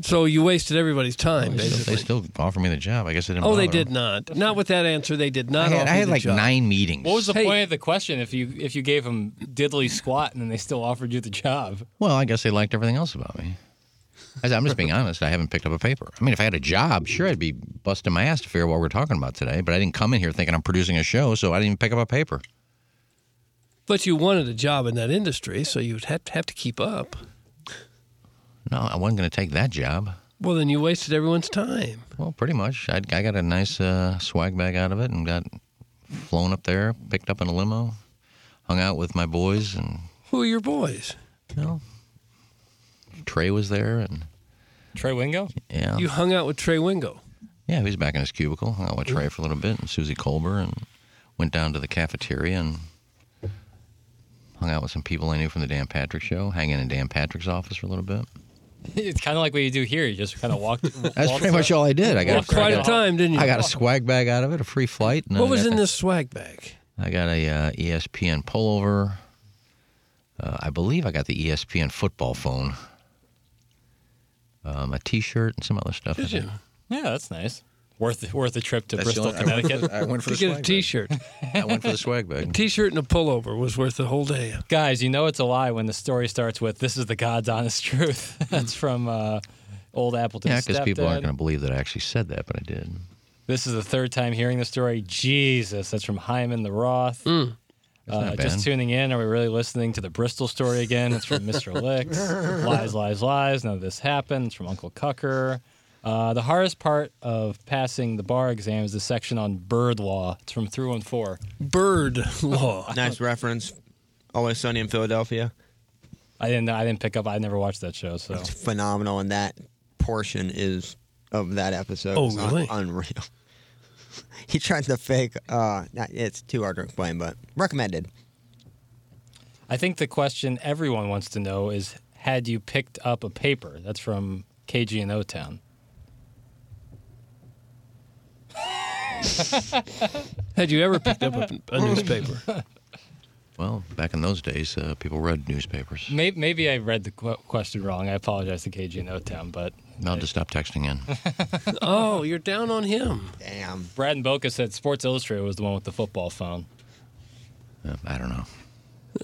Speaker 3: so you wasted everybody's time,
Speaker 5: they, still,
Speaker 3: basically.
Speaker 5: they still offered me the job. I guess I didn't.
Speaker 3: Oh,
Speaker 5: bother
Speaker 3: they
Speaker 5: them.
Speaker 3: did not. Not with that answer. They did
Speaker 5: I
Speaker 3: not.
Speaker 5: had,
Speaker 3: offer
Speaker 5: I
Speaker 3: you
Speaker 5: had
Speaker 3: the
Speaker 5: like
Speaker 3: job.
Speaker 5: nine meetings.
Speaker 2: What was the
Speaker 3: Hey.
Speaker 2: point of the question if you if you gave them diddly squat and then they still offered you the job?
Speaker 5: Well, I guess they liked everything else about me. I said,
Speaker 3: [LAUGHS]
Speaker 5: I'm just being honest. I haven't picked up a paper. I mean, if I had a job, sure, I'd be busting my ass to figure out what we're talking about today. But I didn't come in here thinking I'm producing a show, so I didn't even pick up a paper.
Speaker 3: But you wanted a job in that industry, so you'd have to, have to keep up.
Speaker 5: No, I wasn't going to take that job.
Speaker 3: Well, then you wasted everyone's time.
Speaker 5: Well, pretty much. I, I got a nice uh, swag bag out of it and got flown up there, picked up in a limo, hung out with my boys, and
Speaker 3: Who are your boys?
Speaker 5: you know, Trey was there, and
Speaker 2: Trey Wingo? [LAUGHS]
Speaker 5: yeah,
Speaker 3: You hung out with Trey Wingo.
Speaker 5: yeah, he was back in his cubicle. Hung out with Trey for a little bit, and Susie Colbert, and went down to the cafeteria and hung out with some people I knew from the Dan Patrick show, hanging in Dan Patrick's office for a little bit.
Speaker 2: It's kind of like what you do here. You just kind of walk.
Speaker 5: [LAUGHS] That's pretty much all I did. I got
Speaker 2: Walked
Speaker 5: I
Speaker 3: Quite a
Speaker 2: got-
Speaker 3: time, didn't you?
Speaker 5: I got a swag bag out of it, a free flight. And I
Speaker 3: What was
Speaker 5: got
Speaker 3: in
Speaker 5: the-
Speaker 3: this swag bag?
Speaker 5: I got a uh, ESPN pullover. Uh, I believe I got the ESPN football phone. Um, a T-shirt and some other stuff.
Speaker 3: Did you?
Speaker 2: Yeah, that's nice. Worth worth a trip to
Speaker 5: That's the
Speaker 2: Bristol,
Speaker 5: only- I went for
Speaker 2: Connecticut.
Speaker 5: the- [LAUGHS] I went for
Speaker 3: To
Speaker 5: the
Speaker 3: get
Speaker 5: swag
Speaker 3: a
Speaker 5: bag.
Speaker 3: T-shirt,
Speaker 5: I went for the swag bag.
Speaker 3: T-shirt and [LAUGHS] a pullover was worth the whole day.
Speaker 2: Guys, you know it's a lie when the story starts with "This is the God's honest truth." [LAUGHS] that's from uh, old Appleton.
Speaker 5: Yeah, because people aren't
Speaker 2: Stepdad.
Speaker 5: going to believe that I actually said that, but I did.
Speaker 2: This is the third time hearing the story. Jesus, that's from Hyman the Roth. Uh,
Speaker 5: not bad.
Speaker 2: just tuning in, are we really listening to the Bristol story again? It's from
Speaker 3: [LAUGHS]
Speaker 2: Mr. Licks. lies, lies, lies. None of this happened. It's from Uncle Cucker. Uh, the hardest part of passing the bar exam is the section on bird law. It's from 314.
Speaker 3: Bird law.
Speaker 4: [LAUGHS] nice reference. Always sunny in Philadelphia.
Speaker 2: I didn't. I didn't pick up. I never watched that show. So
Speaker 4: It's phenomenal, and that portion is of that episode.
Speaker 3: Oh,
Speaker 4: is un-
Speaker 3: really?
Speaker 4: unreal. [LAUGHS] he tries to fake. Uh, not, it's too hard to explain, but recommended.
Speaker 2: I think the question everyone wants to know is: Had you picked up a paper? That's from KG and O Town.
Speaker 3: Had you ever picked up a, a newspaper?
Speaker 5: Well, back in those days, uh, people read newspapers.
Speaker 2: Maybe, maybe I read the qu- question wrong. I apologize to KG and O Town, but
Speaker 5: Now just stop texting
Speaker 3: [LAUGHS]
Speaker 5: in.
Speaker 3: Oh, you're down on him.
Speaker 4: Damn.
Speaker 2: Brad and Boca said Sports Illustrated was the one with the football phone.
Speaker 5: Uh, I don't know.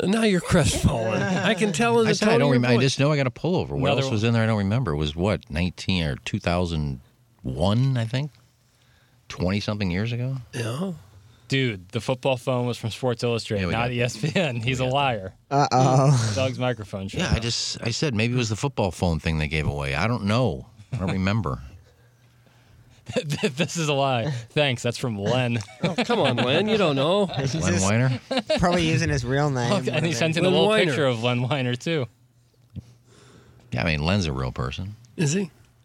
Speaker 3: Now you're crestfallen. I can tell in the
Speaker 5: I said I
Speaker 3: tone of
Speaker 5: don't
Speaker 3: your
Speaker 5: remember. I
Speaker 3: voice.
Speaker 5: just know I got a pullover. What
Speaker 2: Another
Speaker 5: else was in there? I don't remember. It was what nineteen or two thousand one? I think twenty something years ago.
Speaker 3: Yeah.
Speaker 2: Dude, the football phone was from Sports
Speaker 5: Yeah,
Speaker 2: Illustrated,
Speaker 5: we
Speaker 2: not E
Speaker 5: got
Speaker 2: ESPN. He's a liar.
Speaker 4: Uh oh. [LAUGHS]
Speaker 2: Doug's microphone. shut
Speaker 5: Yeah, I
Speaker 2: off.
Speaker 5: just I said maybe it was the football phone thing they gave away. I don't know. I
Speaker 3: [LAUGHS]
Speaker 5: don't remember.
Speaker 2: [LAUGHS] this is a lie. Thanks. That's from
Speaker 3: [LAUGHS]
Speaker 2: Len.
Speaker 3: Come on, Len. You don't know.
Speaker 5: Len Weiner.
Speaker 4: Probably using his
Speaker 3: [LAUGHS]
Speaker 4: real name.
Speaker 2: and he sent in a
Speaker 3: Len
Speaker 2: little
Speaker 3: Weiner.
Speaker 2: picture of Len Weiner too.
Speaker 5: Yeah, I mean Len's a real person.
Speaker 3: Is he?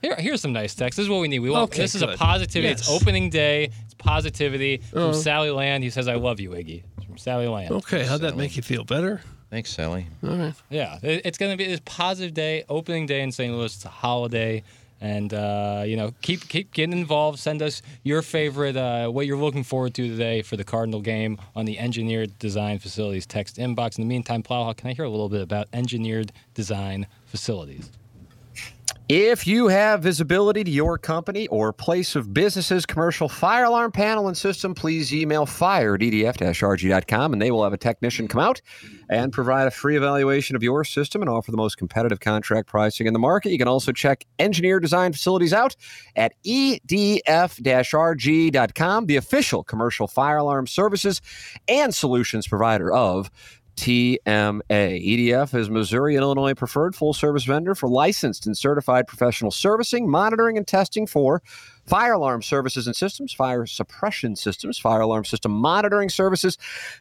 Speaker 2: Here, here's some nice text. This is what we need. We want
Speaker 3: Okay,
Speaker 2: this is a
Speaker 3: good.
Speaker 2: positivity. It's
Speaker 3: Yes.
Speaker 2: opening day. It's positivity
Speaker 3: Uh-huh.
Speaker 2: from Sally Land. He says, "I love you, Iggy." It's from Sally Land.
Speaker 3: Okay, how'd that make you feel better?
Speaker 5: Thanks, Sally.
Speaker 3: All right.
Speaker 2: Yeah, it- it's gonna be this positive day, opening day in St. Louis. It's a holiday, and uh, you know, keep keep getting involved. Send us your favorite, uh, what you're looking forward to today for the Cardinal game on the Engineered Design Facilities text inbox. In the meantime, Plowhawk, can I hear a little bit about Engineered Design Facilities?
Speaker 8: If you have visibility to your company or place of business's commercial fire alarm panel and system, please email firedf-rg.com and they will have a technician come out and provide a free evaluation of your system and offer the most competitive contract pricing in the market. You can also check engineer design facilities out at E edf-rg.com, the official commercial fire alarm services and solutions provider of TMA. EDF E is Missouri and Illinois preferred full service vendor for licensed and certified professional servicing, monitoring, and testing for fire alarm services and systems, fire suppression systems, fire alarm system monitoring services,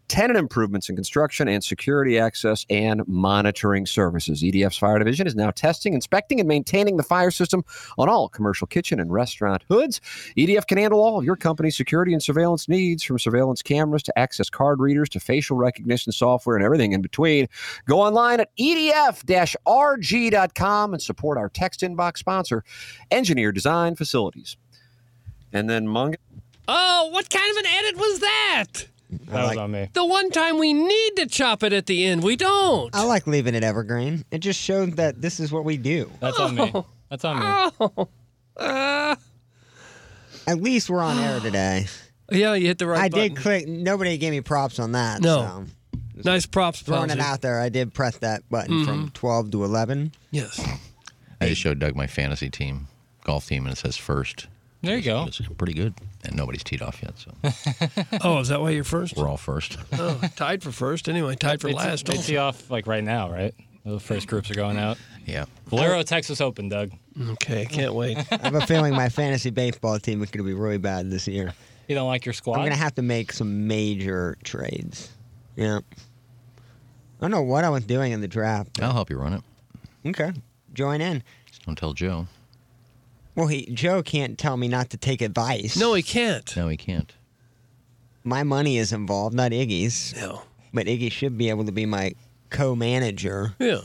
Speaker 8: tenant improvements in construction, and security access and monitoring services. EDF's fire division is now testing, inspecting, and maintaining the fire system on all commercial kitchen and restaurant hoods. EDF can handle all of your company's security and surveillance needs from surveillance cameras to access card readers to facial recognition software and everything in between. Go online at edf-rg.com and support our text inbox sponsor, Engineer Design Facilities. And then Munga.
Speaker 3: Oh, what kind of an edit was that?
Speaker 2: That was on me.
Speaker 3: The one time we need to chop it at the end, we don't.
Speaker 4: I like leaving it evergreen. It just showed that this is what we do.
Speaker 2: That's on me. That's on me.
Speaker 3: Oh. Uh,
Speaker 4: At least we're on
Speaker 3: [SIGHS]
Speaker 4: air today.
Speaker 3: yeah, you hit the right
Speaker 4: I
Speaker 3: button.
Speaker 4: did click. Nobody gave me props on that.
Speaker 3: No.
Speaker 4: so.
Speaker 3: Nice props,
Speaker 4: throwing it
Speaker 3: Fonzie.
Speaker 4: out there. I did press that button
Speaker 3: Mm-hmm.
Speaker 4: from 12 to 11.
Speaker 3: Yes.
Speaker 5: I just showed Doug my fantasy team, golf team, and it says first.
Speaker 2: There you go.
Speaker 5: It's pretty good, and nobody's teed off yet,
Speaker 3: [LAUGHS]
Speaker 5: so
Speaker 3: Oh, is that why you're first?
Speaker 5: we're
Speaker 3: [LAUGHS]
Speaker 5: all first.
Speaker 3: Oh, tied for first. Anyway, tied for
Speaker 2: They-
Speaker 3: last.
Speaker 2: They
Speaker 3: also.
Speaker 2: tee off like right now, right? The first groups are going [LAUGHS] out.
Speaker 5: Yeah.
Speaker 2: Valero, Texas Open, Doug.
Speaker 3: Okay, can't wait.
Speaker 4: I have a feeling my fantasy baseball team is going to be really bad this year.
Speaker 2: You don't like your squad?
Speaker 4: I'm going to have to make some major trades. Yeah. I don't know what I was doing in the draft.
Speaker 5: I'll help you run it.
Speaker 4: Okay. Join in.
Speaker 5: Just don't tell Joe.
Speaker 4: Well, he, Joe can't tell me not to take advice.
Speaker 3: No, he can't.
Speaker 5: No, he can't.
Speaker 4: My money is involved, not Iggy's.
Speaker 3: No.
Speaker 4: But Iggy should be able to be my co manager.
Speaker 3: Yeah.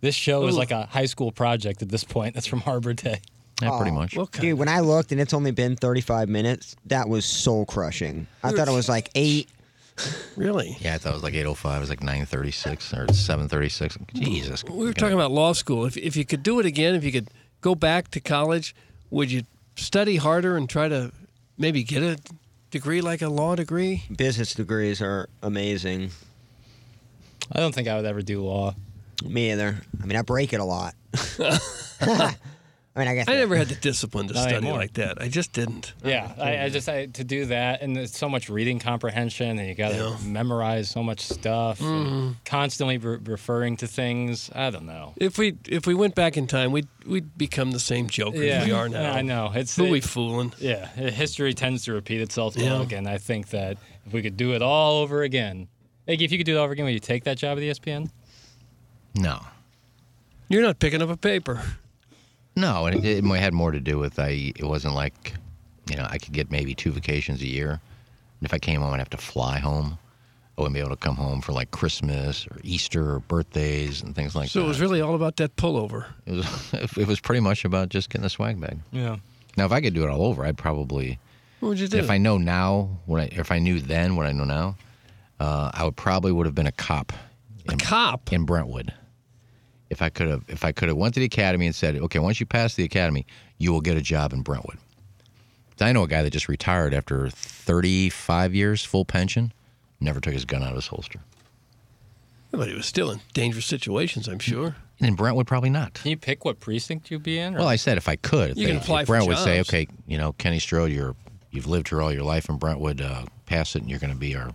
Speaker 2: this show is
Speaker 3: Ooh.
Speaker 2: like a high school project at this point. That's from Harbor Day.
Speaker 5: Yeah, pretty much.
Speaker 3: Well, kind
Speaker 4: Oh, Dude, when I looked and it's only been 35 minutes, that was soul crushing. I thought it was like eight.
Speaker 3: really?
Speaker 5: Yeah, I thought it was like 8.05. It was like 9.36 or 7.36. Jesus.
Speaker 3: We were talking about law school. If, if you could do it again, if you could go back to college, would you study harder and try to maybe get a degree like a law degree?
Speaker 4: Business degrees are amazing.
Speaker 2: I don't think I would ever do law.
Speaker 4: Me either. I mean, I break it a lot. [LAUGHS] I mean, I guess
Speaker 3: I never had the discipline to
Speaker 2: Not
Speaker 3: study
Speaker 2: anymore.
Speaker 3: like that. I just didn't.
Speaker 2: Yeah, I, I just I, to do that, and there's so much reading comprehension, and you got to
Speaker 3: Yeah. Mm-hmm.
Speaker 2: memorize so much stuff, and constantly re- referring to things. I don't know.
Speaker 3: If we if we went back in time, we'd we'd become the same jokers
Speaker 2: Yeah,
Speaker 3: we are now.
Speaker 2: [LAUGHS] I know. It's
Speaker 3: Who
Speaker 2: it-
Speaker 3: we fooling?
Speaker 2: Yeah, history tends to repeat itself,
Speaker 3: Yeah.
Speaker 2: Doug, and I think that if we could do it all over again, Iggy, if you could do it all over again, would you take that job at E ESPN?
Speaker 5: No.
Speaker 3: You're not picking up a paper.
Speaker 5: No, and it, it had more to do with I. it wasn't like, you know, I could get maybe two vacations a year. And if I came home, I'd have to fly home. I wouldn't be able to come home for like Christmas or Easter or birthdays and things like
Speaker 3: So
Speaker 5: that.
Speaker 3: it was really all about that pullover.
Speaker 5: it was [LAUGHS] it was pretty much about just getting the swag bag.
Speaker 2: Yeah.
Speaker 5: Now, if I could do it all over, I'd probably.
Speaker 3: What would you do?
Speaker 5: If I know now what I, if I knew then what I know now, uh, I would probably would have been a cop
Speaker 3: a cop.
Speaker 5: in Brentwood. If I could have, if I could have went to the academy and said, okay, once you pass the academy, you will get a job in Brentwood. I know a guy that just retired after 35 years, full pension, never took his gun out of his holster.
Speaker 3: But he was still in dangerous situations, I'm sure.
Speaker 5: And in Brentwood, probably not.
Speaker 2: Can you pick what precinct you'd be in? or-
Speaker 5: Well, I said if I could, if
Speaker 3: You can
Speaker 5: if
Speaker 3: apply for
Speaker 5: Brentwood would say,
Speaker 3: jobs.
Speaker 5: okay, you know, Kenny Strode, you're you've lived here all your life in Brentwood, uh, pass it, and you're going to be our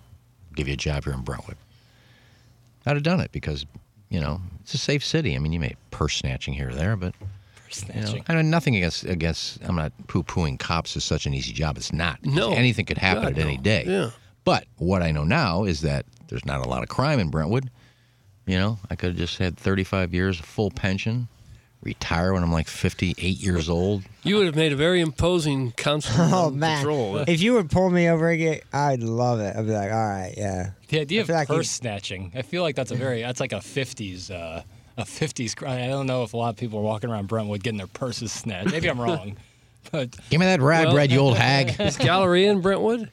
Speaker 5: give you a job here in Brentwood. I'd have done it because you know it's a safe city. I mean, you may have purse snatching here or there, but you know, I mean nothing against against. I'm not poo pooing cops as such an easy job. It's not.
Speaker 3: No.
Speaker 5: anything could happen
Speaker 3: God,
Speaker 5: at any
Speaker 3: no.
Speaker 5: day.
Speaker 3: Yeah.
Speaker 5: But what I know now is that there's not a lot of crime in Brentwood. You know, I could have just had 35 years of full pension, retire when I'm like 58 years old.
Speaker 3: You would have made a very imposing
Speaker 4: [LAUGHS]
Speaker 3: constable
Speaker 4: [LAUGHS] Oh
Speaker 3: on
Speaker 4: man!
Speaker 3: patrol.
Speaker 4: If you would pull me over again, I'd love it. I'd be like, all right, yeah.
Speaker 2: The idea of
Speaker 4: feel like
Speaker 2: purse
Speaker 4: you-
Speaker 2: snatching, I feel like that's a very that's like a '50s uh, a '50s crime. I don't know if a lot of people are walking around Brentwood getting their purses snatched. Maybe I'm wrong, [LAUGHS] but
Speaker 5: Give me that rye
Speaker 2: Well-
Speaker 5: bread,
Speaker 3: [LAUGHS]
Speaker 5: you old hag.
Speaker 3: Is [LAUGHS] Galleria in Brentwood?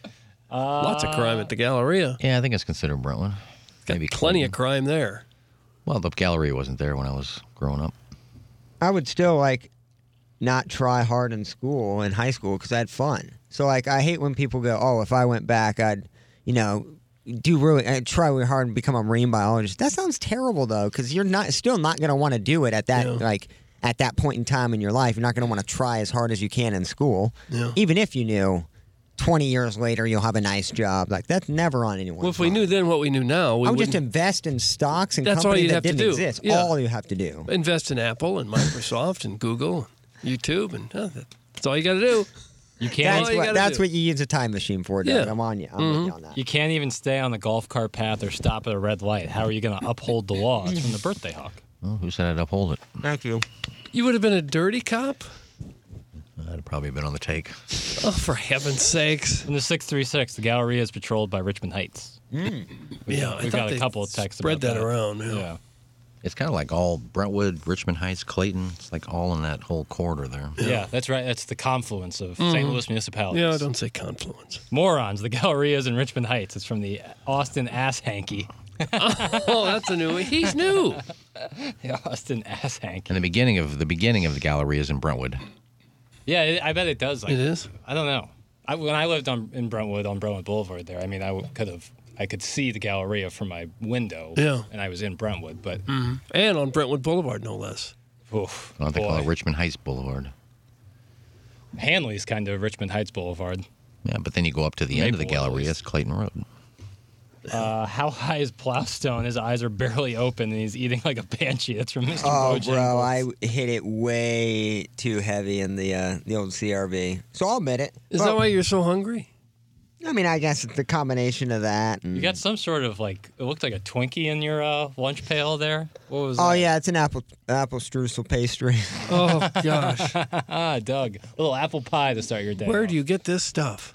Speaker 2: Uh,
Speaker 3: Lots of crime at the Galleria.
Speaker 5: Yeah, I think it's considered Brentwood. Maybe
Speaker 3: Plenty
Speaker 5: Clayton.
Speaker 3: of crime there.
Speaker 5: Well, the gallery wasn't there when I was growing up.
Speaker 4: I would still like not try hard in school in high school because I had fun. So like, I hate when people go, "Oh, if I went back, I'd, you know, do really I'd try really hard and become a marine biologist." That sounds terrible though, because you're not still not gonna want to do it at that like at that point in time in your life. You're not gonna want to try as hard as you can in school,
Speaker 3: Yeah.
Speaker 4: even if you knew. 20 years later, you'll have a nice job. Like, that's never on anyone.
Speaker 3: Well, if we knew then what we knew now, we
Speaker 4: I would just
Speaker 3: wouldn't
Speaker 4: invest in stocks and
Speaker 3: That's all
Speaker 4: companies
Speaker 3: you'd
Speaker 4: that
Speaker 3: have to
Speaker 4: didn't
Speaker 3: do.
Speaker 4: exist.
Speaker 3: Yeah.
Speaker 4: All you have to do.
Speaker 3: invest in Apple and Microsoft and Google, and YouTube, and uh, that's all you got to do.
Speaker 2: you
Speaker 3: all
Speaker 2: can't
Speaker 4: that's
Speaker 3: you
Speaker 4: what,
Speaker 3: gotta
Speaker 4: that's
Speaker 3: do.
Speaker 4: what you use a time machine for, Doug.
Speaker 3: Yeah. Mm-hmm.
Speaker 4: I'm on you. I'm with you on that.
Speaker 2: you can't even stay on the golf cart path or stop at a red light. How are you going to uphold the law? It's from the birthday hawk.
Speaker 5: Well, who said I'd uphold it?
Speaker 4: Thank you.
Speaker 3: You would have been a dirty cop.
Speaker 5: I'd probably been on the take.
Speaker 3: Oh, for heaven's sakes!
Speaker 2: From the 636, the gallery is patrolled by Richmond Heights.
Speaker 3: Hmm. Yeah, I
Speaker 2: We've
Speaker 3: thought
Speaker 2: got a
Speaker 3: they
Speaker 2: couple of texts
Speaker 3: Spread
Speaker 2: about
Speaker 3: that,
Speaker 2: that.
Speaker 3: around. Yeah.
Speaker 2: Yeah.
Speaker 5: It's kind of like all Brentwood, Richmond Heights, Clayton. It's like all in that whole corridor there.
Speaker 2: Yeah. that's right. That's the confluence of
Speaker 4: Mm-hmm.
Speaker 2: St. Louis municipalities.
Speaker 3: Yeah, don't say confluence.
Speaker 2: Morons, the gallery is in Richmond Heights. It's from the Austin Ass Hanky.
Speaker 3: Oh, that's a new. He's new.
Speaker 2: [LAUGHS] Yeah, Austin Ass Hanky.
Speaker 5: And the beginning of the beginning of the gallery is in Brentwood.
Speaker 2: Yeah, it- I bet it does. Like,
Speaker 3: It is.
Speaker 2: I don't know. I, when I lived on in Brentwood on Brentwood Boulevard, there, I mean, I w- could have, I could see the Galleria from my window.
Speaker 3: Yeah.
Speaker 2: And I was in Brentwood, but
Speaker 3: And on Brentwood Boulevard, no less.
Speaker 2: oof,
Speaker 5: I don't think they call it
Speaker 2: boy.
Speaker 5: Richmond Heights Boulevard.
Speaker 2: Hanley's kind of Richmond Heights Boulevard.
Speaker 5: Yeah, but then you go up to the end of the
Speaker 2: Maplewood, at
Speaker 5: gallery.
Speaker 2: least.
Speaker 5: It's Clayton Road.
Speaker 2: Uh, how high is Plowstone? His eyes are barely open, and he's eating like a banshee. That's from Mr.
Speaker 4: Oh,
Speaker 2: Bojangles.
Speaker 4: bro, I hit it way too heavy in the uh, the old CRV. So I'll admit it.
Speaker 3: Is
Speaker 4: But,
Speaker 3: that why you're so hungry?
Speaker 4: I mean, I guess it's the combination of that. And,
Speaker 2: You got some sort of like it looked like a Twinkie in your uh, lunch pail there. What was?
Speaker 4: oh
Speaker 2: that?
Speaker 4: yeah, it's an apple apple streusel pastry. [LAUGHS]
Speaker 3: Oh gosh,
Speaker 2: ah, Doug, a little apple pie to start your day.
Speaker 3: where
Speaker 2: off.
Speaker 3: do you get this stuff?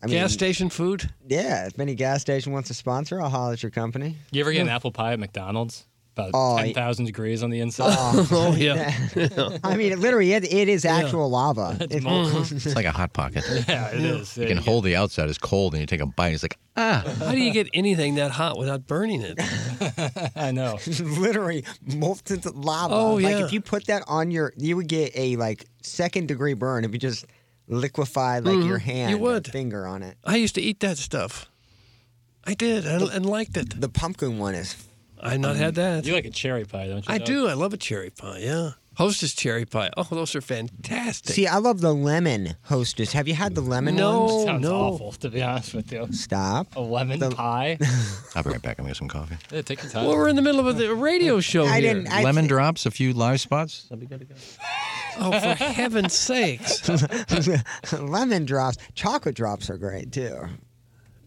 Speaker 4: I mean,
Speaker 3: Gas
Speaker 4: [LAUGHS]
Speaker 3: station food?
Speaker 4: yeah. If any gas station wants to sponsor, I'll holler at your
Speaker 3: [LAUGHS]
Speaker 4: company.
Speaker 2: You ever get an apple pie at McDonald's? About
Speaker 4: Oh, I-
Speaker 2: ten thousand degrees on the inside. [LAUGHS]
Speaker 3: Oh yeah.
Speaker 4: I mean, it literally, it, it is actual lava. It's
Speaker 5: It's like a hot pocket.
Speaker 2: yeah, it is.
Speaker 5: You can hold the outside is cold, and you take a bite. It's like ah,
Speaker 3: [LAUGHS] How do you get anything that hot without burning it?
Speaker 2: I know.
Speaker 4: [LAUGHS] literally molten lava.
Speaker 3: Oh,
Speaker 4: Like
Speaker 3: yeah.
Speaker 4: if you put that on your, you would get a like second degree burn if you just liquefied like your hand,
Speaker 3: You
Speaker 4: or
Speaker 3: would.
Speaker 4: finger on it.
Speaker 3: I used to eat that stuff. I did, and, and liked it.
Speaker 4: The pumpkin one is.
Speaker 3: I've not had that.
Speaker 2: You like a cherry pie, don't you?
Speaker 3: I
Speaker 2: Doug?
Speaker 3: do. I love a cherry pie. Yeah, Hostess cherry pie. Oh, those are fantastic.
Speaker 4: See, I love the lemon hostess. Have you had the lemon ones?
Speaker 3: no,
Speaker 2: Sounds
Speaker 3: Oh, no.
Speaker 2: awful, to be honest with you.
Speaker 4: Stop.
Speaker 2: A lemon pie.
Speaker 5: I'll be right back. I'm gonna get some coffee.
Speaker 2: yeah, take your time.
Speaker 3: Well, we're in the middle of a radio show
Speaker 4: I
Speaker 3: here.
Speaker 4: didn't. I,
Speaker 5: Lemon drops, a few live spots.
Speaker 3: Oh, for
Speaker 2: [LAUGHS]
Speaker 3: heaven's sakes!
Speaker 4: [LAUGHS] lemon drops. Chocolate drops are great too.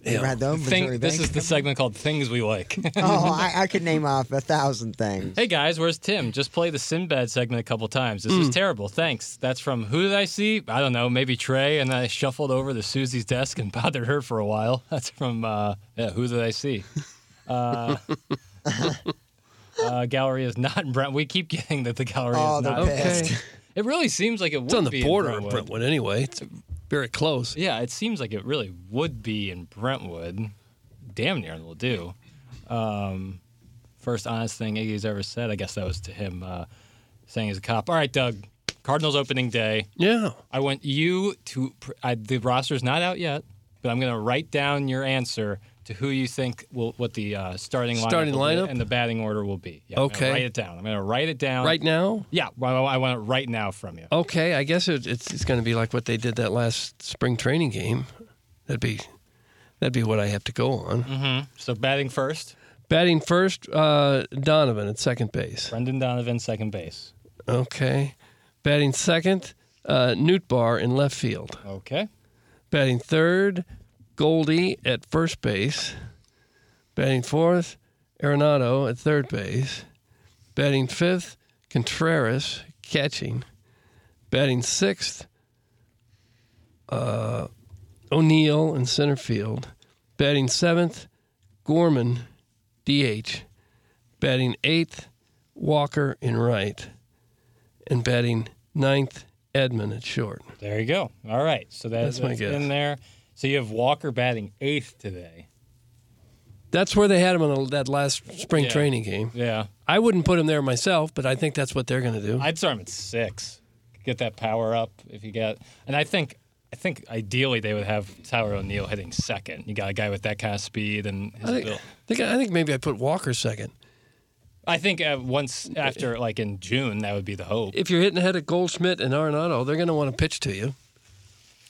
Speaker 4: You ever
Speaker 3: Yeah.
Speaker 4: had those? Missouri
Speaker 2: Thing, this
Speaker 4: Bank?
Speaker 2: is the [LAUGHS] segment called "Things We Like." [LAUGHS]
Speaker 4: oh, I, I could name off a thousand things.
Speaker 2: Hey guys, where's Tim? Just play the Sinbad segment a couple times. This is terrible. Thanks. That's from who did I see? I don't know. Maybe Trey. And I shuffled over to Susie's desk and [LAUGHS] bothered her for a while. That's from uh, yeah, who did I see? Uh, [LAUGHS] uh, gallery is not in Brent. We keep getting that the gallery
Speaker 4: Oh,
Speaker 2: is
Speaker 4: they're
Speaker 2: not. in
Speaker 4: pissed.
Speaker 2: Brentwood. It really seems like it would
Speaker 3: It's on the
Speaker 2: be
Speaker 3: border
Speaker 2: in
Speaker 3: of
Speaker 2: Brentwood.
Speaker 3: Brentwood, anyway. It's very close.
Speaker 2: Yeah, it seems like it really would be in Brentwood. Damn near will do. Um, first honest thing Iggy's ever said. I guess that was to him uh, saying he's a cop. All right, Doug. Cardinals opening day.
Speaker 3: Yeah.
Speaker 2: I want you to. pr- I, the roster's not out yet, but I'm going to write down your answer to who you think will what the uh, starting lineup,
Speaker 3: Starting
Speaker 2: will be
Speaker 3: lineup?
Speaker 2: and the batting order will be. Yeah, I'm gonna
Speaker 3: Okay.
Speaker 2: write it down. I'm going to write it down
Speaker 3: Right now. Oh.
Speaker 2: Yeah, well, I want it right now from you.
Speaker 3: Okay, I guess it, it's it's going to be like what they did that last spring training game. That'd be that'd be what I have to go on.
Speaker 2: Mm-hmm. So batting first,
Speaker 3: Batting first, uh, Donovan at second base.
Speaker 2: Brendan Donovan, second base.
Speaker 3: Okay. Batting second, uh, Newt Bar in left field.
Speaker 2: Okay.
Speaker 3: Batting third, Goldie at first base. Batting fourth, Arenado at third base. Batting fifth, Contreras catching, batting sixth. Uh, O'Neill in center field, batting seventh. Gorman, DH, batting eighth. Walker in right, and batting ninth. Edmond at short.
Speaker 2: There you go. All right. So that-
Speaker 3: That's
Speaker 2: that's,
Speaker 3: my guess.
Speaker 2: in there. So you have Walker batting eighth today.
Speaker 3: That's where they had him on the, that last spring
Speaker 2: Yeah.
Speaker 3: training game.
Speaker 2: Yeah.
Speaker 3: I wouldn't put him there myself, but I think that's what they're going to do.
Speaker 2: I'd start him at six. Get that power up if you get. And I think I think ideally they would have Tyler O'Neill hitting second. You got a guy with that kind of speed and his
Speaker 3: I think, I
Speaker 2: build.
Speaker 3: think I think maybe I put Walker second.
Speaker 2: I think uh, once after like in June that would be the hope.
Speaker 3: If you're hitting ahead of Goldschmidt and Arenado, they're going to want to pitch to you.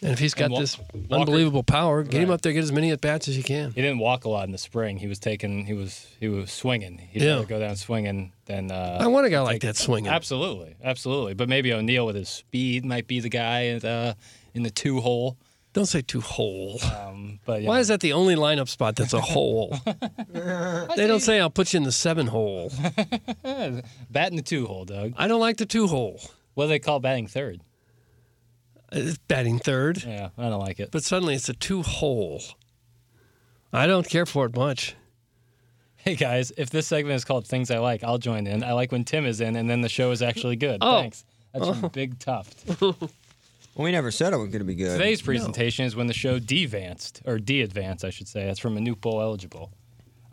Speaker 3: And if he's got
Speaker 2: And Wa-
Speaker 3: this
Speaker 2: Walker-
Speaker 3: unbelievable power, get him
Speaker 2: Right.
Speaker 3: up there, get as many at bats as you can.
Speaker 2: He didn't walk a lot in the spring. He was taking. He was he was swinging. He'd
Speaker 3: Yeah.
Speaker 2: rather go down swinging than. Uh,
Speaker 3: I want a guy like that swinging.
Speaker 2: Absolutely, absolutely. But maybe O'Neill with his speed might be the guy in, uh, in the two hole.
Speaker 3: Don't say two hole.
Speaker 2: Um, but
Speaker 3: Why is that the only lineup spot that's
Speaker 2: [LAUGHS]
Speaker 3: a hole? they don't say I'll put you in the seven hole.
Speaker 2: that bat in the two hole, Doug?
Speaker 3: I don't like the two hole. Uh,
Speaker 2: What do they call batting third?
Speaker 3: It's batting third,
Speaker 2: Yeah, I don't like it.
Speaker 3: but suddenly it's a two hole. I don't care for it much.
Speaker 2: Hey guys, if this segment is called Things I Like, I'll join in. I like when Tim is in, and then the show is actually good.
Speaker 3: Oh.
Speaker 2: Thanks. That's your big
Speaker 3: [LAUGHS]
Speaker 2: tuft.
Speaker 4: Well, we never said it was going to be good.
Speaker 2: Today's presentation is when the show devanced, or de-advanced, I should say. That's from a new bowl eligible.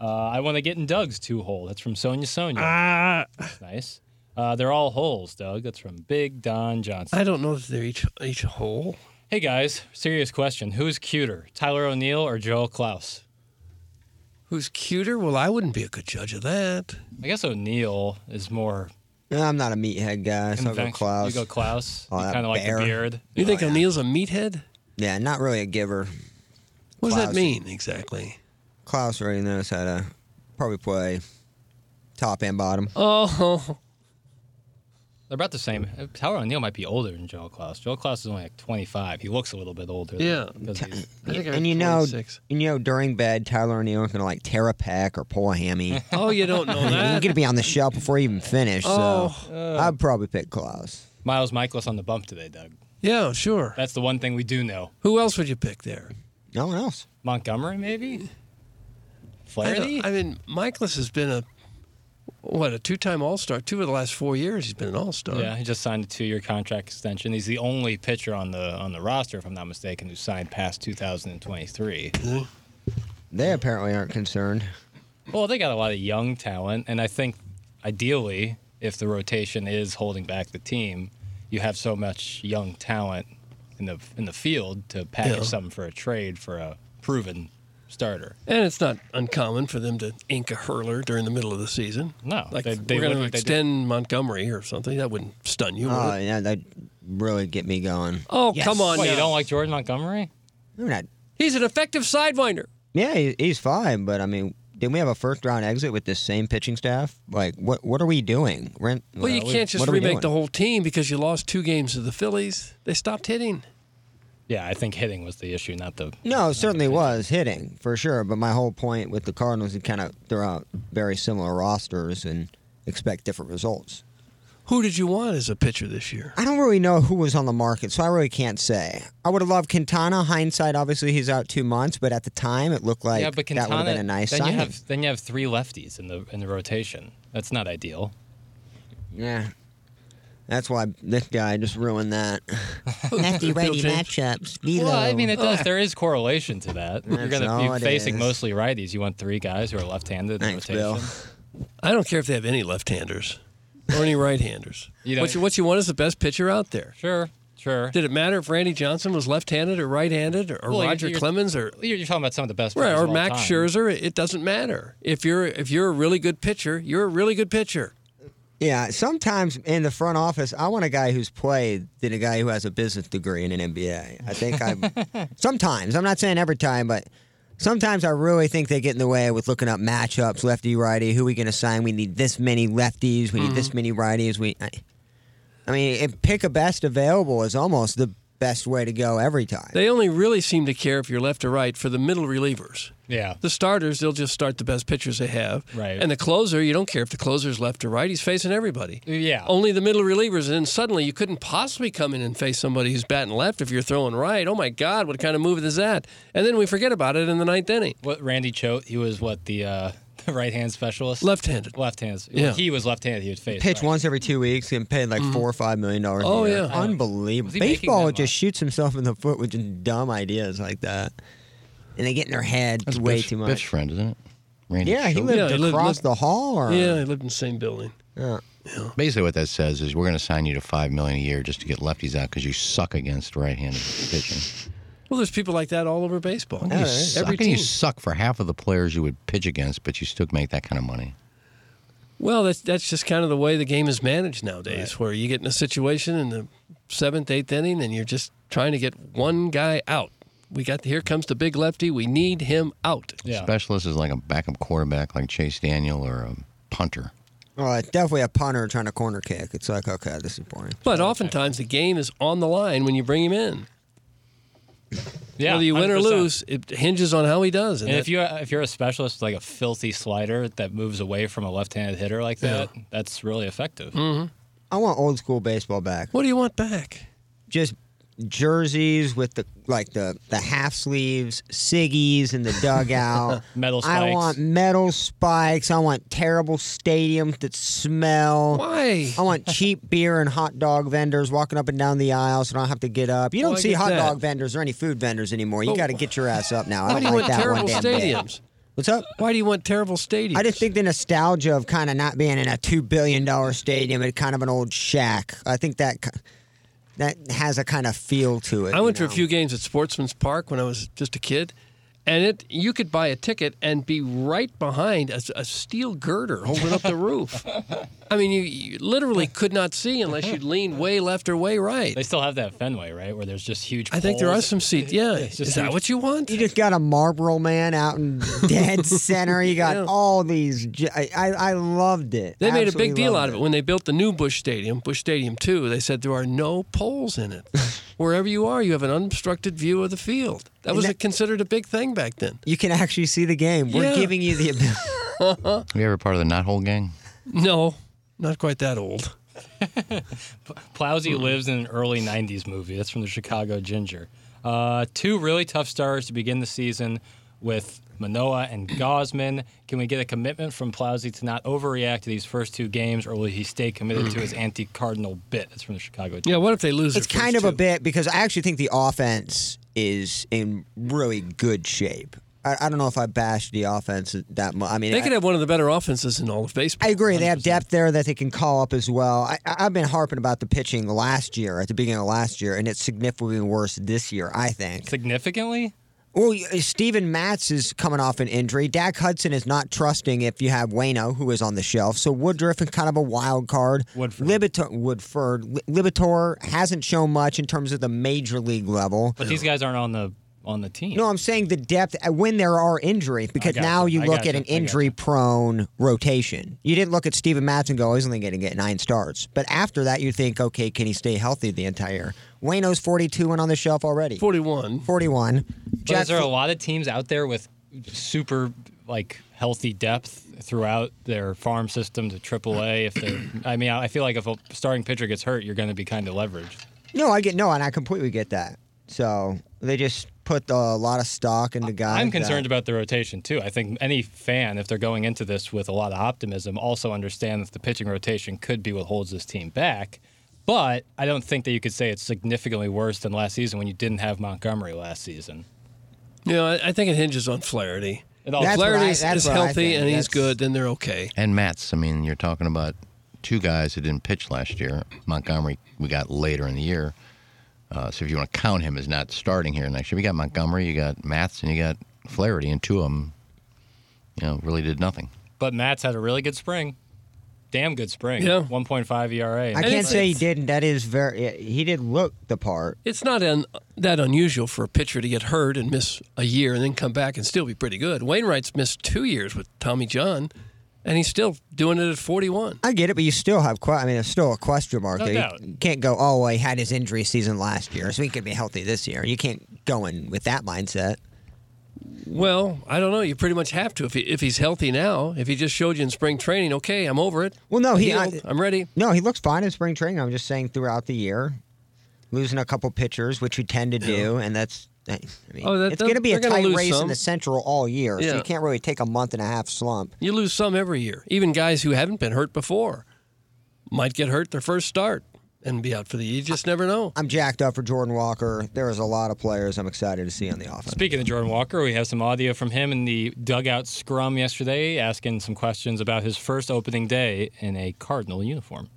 Speaker 2: Uh, I want to get in Doug's two hole. That's from Sonia Sonia.
Speaker 3: Ah,
Speaker 2: That's nice. Uh, they're all holes, Doug. That's from Big Don Johnson.
Speaker 3: I don't know that they're each each a hole.
Speaker 2: Hey guys, serious question. Who's cuter, Tyler O'Neill or Joel Klaus?
Speaker 3: Who's cuter? Well, I wouldn't be a good judge of that.
Speaker 2: I guess O'Neill is more
Speaker 4: Nah, I'm not a meathead guy, so I'll go
Speaker 2: conventional.
Speaker 4: Klaus.
Speaker 2: You go Klaus.
Speaker 4: [LAUGHS] Oh, that
Speaker 2: kind of like the
Speaker 4: bear.
Speaker 2: beard.
Speaker 3: You think O'Neill's a meathead?
Speaker 4: yeah, not really a giver.
Speaker 3: What does that
Speaker 4: Klaus.
Speaker 3: mean exactly?
Speaker 4: Klaus already knows how to probably play top and bottom.
Speaker 3: Oh, [LAUGHS]
Speaker 2: They're about the same. Tyler O'Neill might be older than Joel Klaus. Joel Klaus is only like 25. He looks a little bit older.
Speaker 3: Yeah.
Speaker 2: because he's-
Speaker 3: I think I
Speaker 4: and
Speaker 3: was
Speaker 4: you know,
Speaker 3: 26.
Speaker 4: you know, during bed, Tyler O'Neill is going to like tear a peck or pull a
Speaker 3: [LAUGHS]
Speaker 4: hammy.
Speaker 3: oh, you
Speaker 2: [LAUGHS]
Speaker 3: don't know
Speaker 4: He's
Speaker 3: that.
Speaker 4: going to be on the shelf before he even finished.
Speaker 3: Oh.
Speaker 4: so I'd probably pick Klaus.
Speaker 2: Miles Michaelis on the bump today, Doug.
Speaker 3: Yeah, sure.
Speaker 2: That's the one thing we do know.
Speaker 3: Who else would you pick there?
Speaker 4: No one else.
Speaker 2: Montgomery, maybe?
Speaker 3: I don't-
Speaker 2: Flaherty?
Speaker 3: I mean, Michaelis has been a what a two-time All-Star. Two of the last four years, he's been an All-Star.
Speaker 2: Yeah, he just signed a two-year contract extension. He's the only pitcher on the on the roster, if I'm not mistaken, who signed past 2023.
Speaker 4: They apparently aren't concerned.
Speaker 2: Well, they got a lot of young talent, and I think ideally, if the rotation is holding back the team, you have so much young talent in the in the field to package
Speaker 3: Yeah.
Speaker 2: something for a trade for a proven starter.
Speaker 3: And it's not uncommon for them to ink a hurler during the middle of the season.
Speaker 2: No,
Speaker 3: like
Speaker 2: they- they
Speaker 3: we're going to
Speaker 2: wouldn't- they do-
Speaker 3: extend Montgomery or something. That wouldn't stun you. would
Speaker 4: Oh,
Speaker 3: it?
Speaker 4: yeah, that really get me going.
Speaker 3: Oh, come on!
Speaker 2: Wait,
Speaker 3: now.
Speaker 2: you don't like Jordan Montgomery?
Speaker 4: I mean, I,
Speaker 3: He's an effective sidewinder.
Speaker 4: yeah, he, he's fine, but I mean, didn't we have a first round exit with this same pitching staff? Like, what what are we doing? We're in-
Speaker 3: Well, you can't just
Speaker 4: what are we
Speaker 3: remake the
Speaker 4: doing?
Speaker 3: whole team because you lost two games to the Phillies. They stopped hitting.
Speaker 2: Yeah, I think hitting was the issue, not the.
Speaker 4: No, it certainly was hitting for sure. But my whole point with the Cardinals is kind of they're out very similar rosters and expect different results.
Speaker 3: Who did you want as a pitcher this year?
Speaker 4: I don't really know who was on the market, so I really can't say. I would have loved Quintana. Hindsight, obviously, he's out two months, but at the time, it looked like
Speaker 2: yeah, but Quintana.
Speaker 4: that would have been a nice
Speaker 2: then
Speaker 4: signing.
Speaker 2: you have then you have three lefties in the in the rotation. That's not ideal.
Speaker 4: Yeah. That's why this guy just ruined that.
Speaker 3: Lefty, righty
Speaker 4: matchups.
Speaker 2: Well, I mean, it does. There is correlation to that. You're
Speaker 4: [LAUGHS] That's
Speaker 2: going
Speaker 4: all
Speaker 2: to
Speaker 4: it
Speaker 2: be facing
Speaker 4: is.
Speaker 2: mostly righties. You want three guys who are left-handed in the
Speaker 4: Thanks,
Speaker 2: rotation.
Speaker 4: Bill.
Speaker 3: I don't care if they have any left-handers or any right-handers.
Speaker 2: [LAUGHS] You don't-
Speaker 3: what, you, what you want is the best pitcher out there.
Speaker 2: Sure, sure.
Speaker 3: Did it matter if Randy Johnson was left-handed or right-handed or, or
Speaker 2: Well, you're-
Speaker 3: Roger
Speaker 2: you're-
Speaker 3: Clemens or
Speaker 2: You're, you're talking about some of the best
Speaker 3: Right,
Speaker 2: players
Speaker 3: or
Speaker 2: of all
Speaker 3: Max
Speaker 2: time.
Speaker 3: Scherzer, it doesn't matter. If you're if you're a really good pitcher, you're a really good pitcher.
Speaker 4: Yeah, sometimes in the front office, I want a guy who's played than a guy who has a business degree and an MBA. I think I sometimes I'm not saying every time, but sometimes I really think they get in the way with looking up matchups, lefty righty. Who we going to sign? We need this many lefties. We need this many righties. We, I, I mean, if pick a best available is almost the best way to go every time.
Speaker 3: They only really seem to care if you're left or right for the middle relievers.
Speaker 2: Yeah.
Speaker 3: The starters, they'll just start the best pitchers they have.
Speaker 2: Right.
Speaker 3: And the closer, you don't care if the closer's left or right. He's facing everybody.
Speaker 2: Yeah.
Speaker 3: Only the middle relievers. And then suddenly you couldn't possibly come in and face somebody who's batting left if you're throwing right. Oh, my God, what kind of move is that? And then we forget about it in the ninth inning.
Speaker 2: What Randy Choate? He was what the uh, [LAUGHS] the right hand specialist.
Speaker 3: Left-handed.
Speaker 2: Left hands.
Speaker 3: Yeah.
Speaker 2: He was left handed. He would face.
Speaker 4: Pitch
Speaker 2: right.
Speaker 4: once every two weeks, getting paid like four or five million dollars.
Speaker 3: Mm-hmm. Oh,
Speaker 4: a year.
Speaker 3: yeah.
Speaker 4: unbelievable.
Speaker 2: Was he making
Speaker 4: Baseball
Speaker 2: that
Speaker 4: just shoots himself in the foot with just dumb ideas like that, and they get in their head
Speaker 5: That's
Speaker 4: way
Speaker 5: Biff's-
Speaker 4: too much.
Speaker 5: Biff's friend, isn't it? Randy
Speaker 4: Yeah, he
Speaker 5: Schoen.
Speaker 4: lived
Speaker 3: Yeah, he lived-
Speaker 4: across
Speaker 3: lived-
Speaker 4: the hall. Or,
Speaker 3: Yeah, they lived in the same building.
Speaker 4: Yeah.
Speaker 5: Basically, what that says is we're going to sign you to five million a year just to get lefties out because you suck against right-handed pitching.
Speaker 3: Well, there's people like that all over baseball.
Speaker 5: How can you suck?
Speaker 3: Every
Speaker 5: How can you
Speaker 3: team.
Speaker 5: suck for half of the players you would pitch against, but you still make that kind of money?
Speaker 3: Well, that's that's just kind of the way the game is managed nowadays, where you get in a situation in the seventh, eighth inning, and you're just trying to get one guy out. We got the, here comes the big lefty. We need him out.
Speaker 2: Yeah.
Speaker 5: Specialist is like a backup quarterback, like Chase Daniel or a punter.
Speaker 4: Well, it's definitely a punter trying to corner kick. It's like, okay, this is boring.
Speaker 3: But oftentimes the game is on the line when you bring him in.
Speaker 2: Yeah.
Speaker 3: Whether you win or
Speaker 2: 100%.
Speaker 3: lose, it hinges on how he does.
Speaker 2: And
Speaker 3: that-
Speaker 2: if you if you're a specialist with like a filthy slider that moves away from a left-handed hitter like that, that's really effective.
Speaker 3: Mm-hmm.
Speaker 4: I want old school baseball back.
Speaker 3: what do you want back?
Speaker 4: Just jerseys with the like the the half sleeves, ciggies in the
Speaker 3: [LAUGHS]
Speaker 4: dugout.
Speaker 2: Metal
Speaker 4: I
Speaker 2: spikes.
Speaker 4: want metal spikes. I want terrible stadiums that smell.
Speaker 3: Why?
Speaker 4: I want cheap beer and hot dog vendors walking up and down the aisle, so I don't have to get up. You don't
Speaker 3: Well, I
Speaker 4: see
Speaker 3: get
Speaker 4: hot
Speaker 3: that.
Speaker 4: dog vendors or any food vendors anymore. You
Speaker 3: But-
Speaker 4: got to get your ass up now. I
Speaker 3: Why
Speaker 4: don't
Speaker 3: do you
Speaker 4: like
Speaker 3: want
Speaker 4: that one
Speaker 3: terrible
Speaker 4: damn bit.
Speaker 3: stadiums?
Speaker 4: What's up?
Speaker 3: Why do you want terrible stadiums?
Speaker 4: I just think the nostalgia of kind of not being in a two billion dollar stadium and kind of an old shack. I think that ki- that has a kind of feel to it.
Speaker 3: I went
Speaker 4: you
Speaker 3: to
Speaker 4: know?
Speaker 3: a few games at Sportsman's Park when I was just a kid, and it you could buy a ticket and be right behind a, a steel girder holding up
Speaker 4: [LAUGHS]
Speaker 3: the roof. I mean, you, you literally could not see unless you leaned way left or way right.
Speaker 2: They still have that Fenway, right, where there's just huge.
Speaker 3: I think there are
Speaker 2: poles.
Speaker 3: some seats. Yeah, is
Speaker 2: just
Speaker 3: that
Speaker 2: huge.
Speaker 3: what you want?
Speaker 4: You just got a Marlboro man out in
Speaker 3: [LAUGHS]
Speaker 4: dead center. You got
Speaker 3: Yeah.
Speaker 4: all these. j- I I, I loved it.
Speaker 3: They made a
Speaker 4: Absolutely
Speaker 3: big deal
Speaker 4: loved
Speaker 3: out of it when they built the new Bush Stadium, Bush Stadium 2. They said there are no
Speaker 4: [LAUGHS]
Speaker 3: poles in it. Wherever you are, you have an unobstructed view of the field. That was
Speaker 4: that-
Speaker 3: a, considered a big thing back then.
Speaker 4: You can actually see the game. We're
Speaker 3: Yeah.
Speaker 4: giving you
Speaker 3: [LAUGHS]
Speaker 4: the ability.
Speaker 5: Have you ever part of the Not Hole gang?
Speaker 3: No, not quite that old.
Speaker 2: Plowsy lives in an early 90s movie. That's from the Chicago Ginger. Uh, two really tough starters to begin the season with Manoa and Gosman. Can we get a commitment from Plowsy to not overreact to these first two games, or will he stay committed to his anti Cardinal bit? That's from the Chicago Ginger.
Speaker 3: Yeah, what if they lose?
Speaker 4: It's
Speaker 3: their
Speaker 4: kind of
Speaker 3: first
Speaker 4: a
Speaker 3: two?
Speaker 4: bit because I actually think the offense is in really good shape. I, I don't know if I bashed the offense that much. I mean,
Speaker 3: They
Speaker 4: I-
Speaker 3: could have one of the better offenses in all of
Speaker 4: I
Speaker 3: baseball.
Speaker 4: agree. They have depth there that they can call up as well. I, I- I've been harping about the pitching last year, at the beginning of last year, and it's significantly worse this year, I think.
Speaker 2: Significantly?
Speaker 4: Well, y- uh, Steven Matz is coming off an injury. Dak Hudson is not trusting if you have Wayno, who is on the shelf. So Woodruff is kind of a wild card.
Speaker 2: Woodford.
Speaker 4: Libator, Woodford. Li- Libator hasn't shown much in terms of the major league level.
Speaker 2: But these guys aren't on the on the team.
Speaker 4: No, I'm saying the depth uh, when there are injuries, because
Speaker 2: gotcha.
Speaker 4: now you
Speaker 2: I
Speaker 4: look
Speaker 2: gotcha.
Speaker 4: at an
Speaker 2: I gotcha.
Speaker 4: injury prone rotation. You didn't look at Steven Matz and go, "Oh, he's only going to get nine starts. But after that, you think, okay, can he stay healthy the entire year? Wayno's 42 and on the shelf already.
Speaker 3: 41.
Speaker 4: 41.
Speaker 2: But
Speaker 4: Jack
Speaker 2: is there a lot of teams out there with super like healthy depth throughout their farm system to AAA? If they, I mean, I feel like if a starting pitcher gets hurt, you're going to be kind of leveraged.
Speaker 4: no, I get no, and I completely get that. So they just put a lot of stock in the guy.
Speaker 2: I'm concerned about the rotation too. I think any fan, if they're going into this with a lot of optimism, also understand that the pitching rotation could be what holds this team back. But I don't think that you could say it's significantly worse than last season when you didn't have Montgomery last season.
Speaker 3: You know, I, I think it hinges on Flaherty.
Speaker 2: It all
Speaker 3: If
Speaker 4: That's what
Speaker 3: Flaherty
Speaker 4: I-
Speaker 3: is,
Speaker 4: that's
Speaker 3: is
Speaker 4: what I
Speaker 3: healthy
Speaker 4: think.
Speaker 3: and
Speaker 4: That's-
Speaker 3: he's good, then they're okay.
Speaker 5: And Mats. I mean, you're talking about two guys that didn't pitch last year. Montgomery, we got later in the year. Uh, so if you want to count him as not starting here next year, we got Montgomery, you got Mats, and you got Flaherty, and two of them, you know, really did nothing.
Speaker 2: But Matt's had a really good spring. Damn good spring.
Speaker 3: Yeah.
Speaker 2: 1.5 ERA.
Speaker 4: I can't
Speaker 3: it's-
Speaker 4: say he
Speaker 3: it's-
Speaker 4: didn't. That is very. He did look the part.
Speaker 3: It's not un, that unusual for a pitcher to get hurt and miss a year and then come back and still be pretty good. Wainwright's missed two years with Tommy John, and he's still doing it at 41.
Speaker 4: I get it, but you still have. Que- I mean, it's still a question mark.
Speaker 3: No
Speaker 4: there. You
Speaker 3: doubt.
Speaker 4: can't go. Oh, well, he had his injury season last year, so he could be healthy this year. You can't go in with that mindset.
Speaker 3: Well, I don't know. You pretty much have to if he, if he's healthy now. If he just showed you in spring training, okay, I'm over it.
Speaker 4: Well, no, he.
Speaker 3: Healed. I'm ready.
Speaker 4: No, he looks fine in spring training. I'm just saying throughout the year, losing a couple pitchers, which you tend to do, and that's. I mean,
Speaker 3: Oh, that-
Speaker 4: it's going to be a
Speaker 3: they're gonna
Speaker 4: tight
Speaker 3: lose
Speaker 4: race
Speaker 3: some.
Speaker 4: in the Central all year, so
Speaker 3: Yeah.
Speaker 4: you can't really take a month and a half slump.
Speaker 3: You lose some every year. Even guys who haven't been hurt before might get hurt their first start and be out for the year. You just never know.
Speaker 4: I'm jacked up for Jordan Walker. There is a lot of players I'm excited to see on the offense.
Speaker 2: Speaking of Jordan Walker, we have some audio from him in the dugout scrum yesterday, asking some questions about his first opening day in a Cardinal uniform.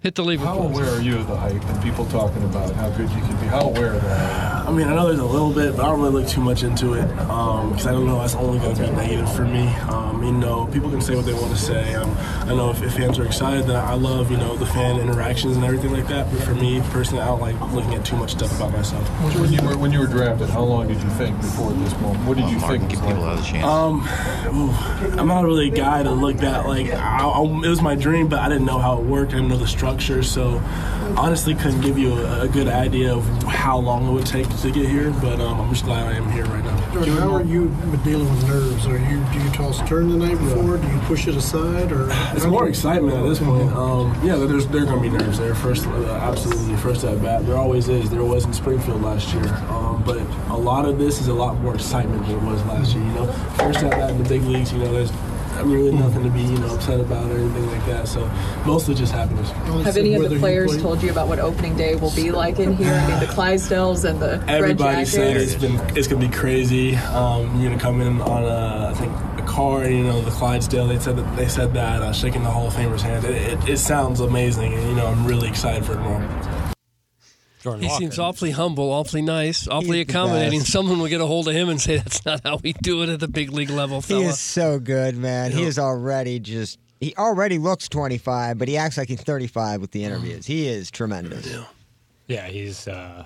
Speaker 3: Hit the lever.
Speaker 9: How aware are you of the hype and people talking about how good you can be? How aware of that?
Speaker 10: I mean, I know there's a little bit, but I don't really look too much into it because I don't know that's only going to be negative for me. Um, you know, people can say what they want to say. Um, I know if, if fans are excited, then I love you know the fan interactions and everything like that. But for me personally, I don't like looking at too much stuff about myself.
Speaker 9: When when you were when you were drafted, how long did you think before this moment? What did you think? Give people
Speaker 5: another chance.
Speaker 10: Um, ooh, I'm not really a guy to look that like. I, I, it was my dream, but I didn't know how it worked. I didn't know the structure, so honestly, couldn't give you a, a good idea of how long it would take to get here. But um, I'm just glad I am here right now.
Speaker 11: Jordan, how are you dealing with nerves? Are you do you toss turn the night before? Do you push it aside or?
Speaker 10: It's more excitement at this point. Um, yeah, there's there gonna be nerves there. First, uh, absolutely, first at bat. There always is. There was in Springfield last year. Um, but a lot of this is a lot more excitement than it was last year. You know, first at bat in the big leagues. You know, there's I mean, really nothing to be you know upset about or anything like that. So mostly just happiness.
Speaker 12: Have any of the players told you about what opening day will be like in here? I mean, the Clydesdales and the
Speaker 10: Everybody
Speaker 12: Red
Speaker 10: said
Speaker 12: Jackets.
Speaker 10: it's been it's gonna be crazy. Um, you're gonna come in on a I think a car, you know, the Clydesdale. They said that they said that uh, shaking the Hall of Famer's hand. It, it, it sounds amazing, and you know I'm really excited for tomorrow.
Speaker 3: He seems awfully humble, awfully nice, awfully
Speaker 4: He's the
Speaker 3: accommodating.
Speaker 4: best.
Speaker 3: Someone will get a hold of him and say, "That's not how we do it at the big league level, fella."
Speaker 4: He is so good, man. He
Speaker 3: Yeah.
Speaker 4: is already just. He already looks 25, but he acts like he's 35 with the interviews. He is tremendous.
Speaker 2: Yeah, he's uh,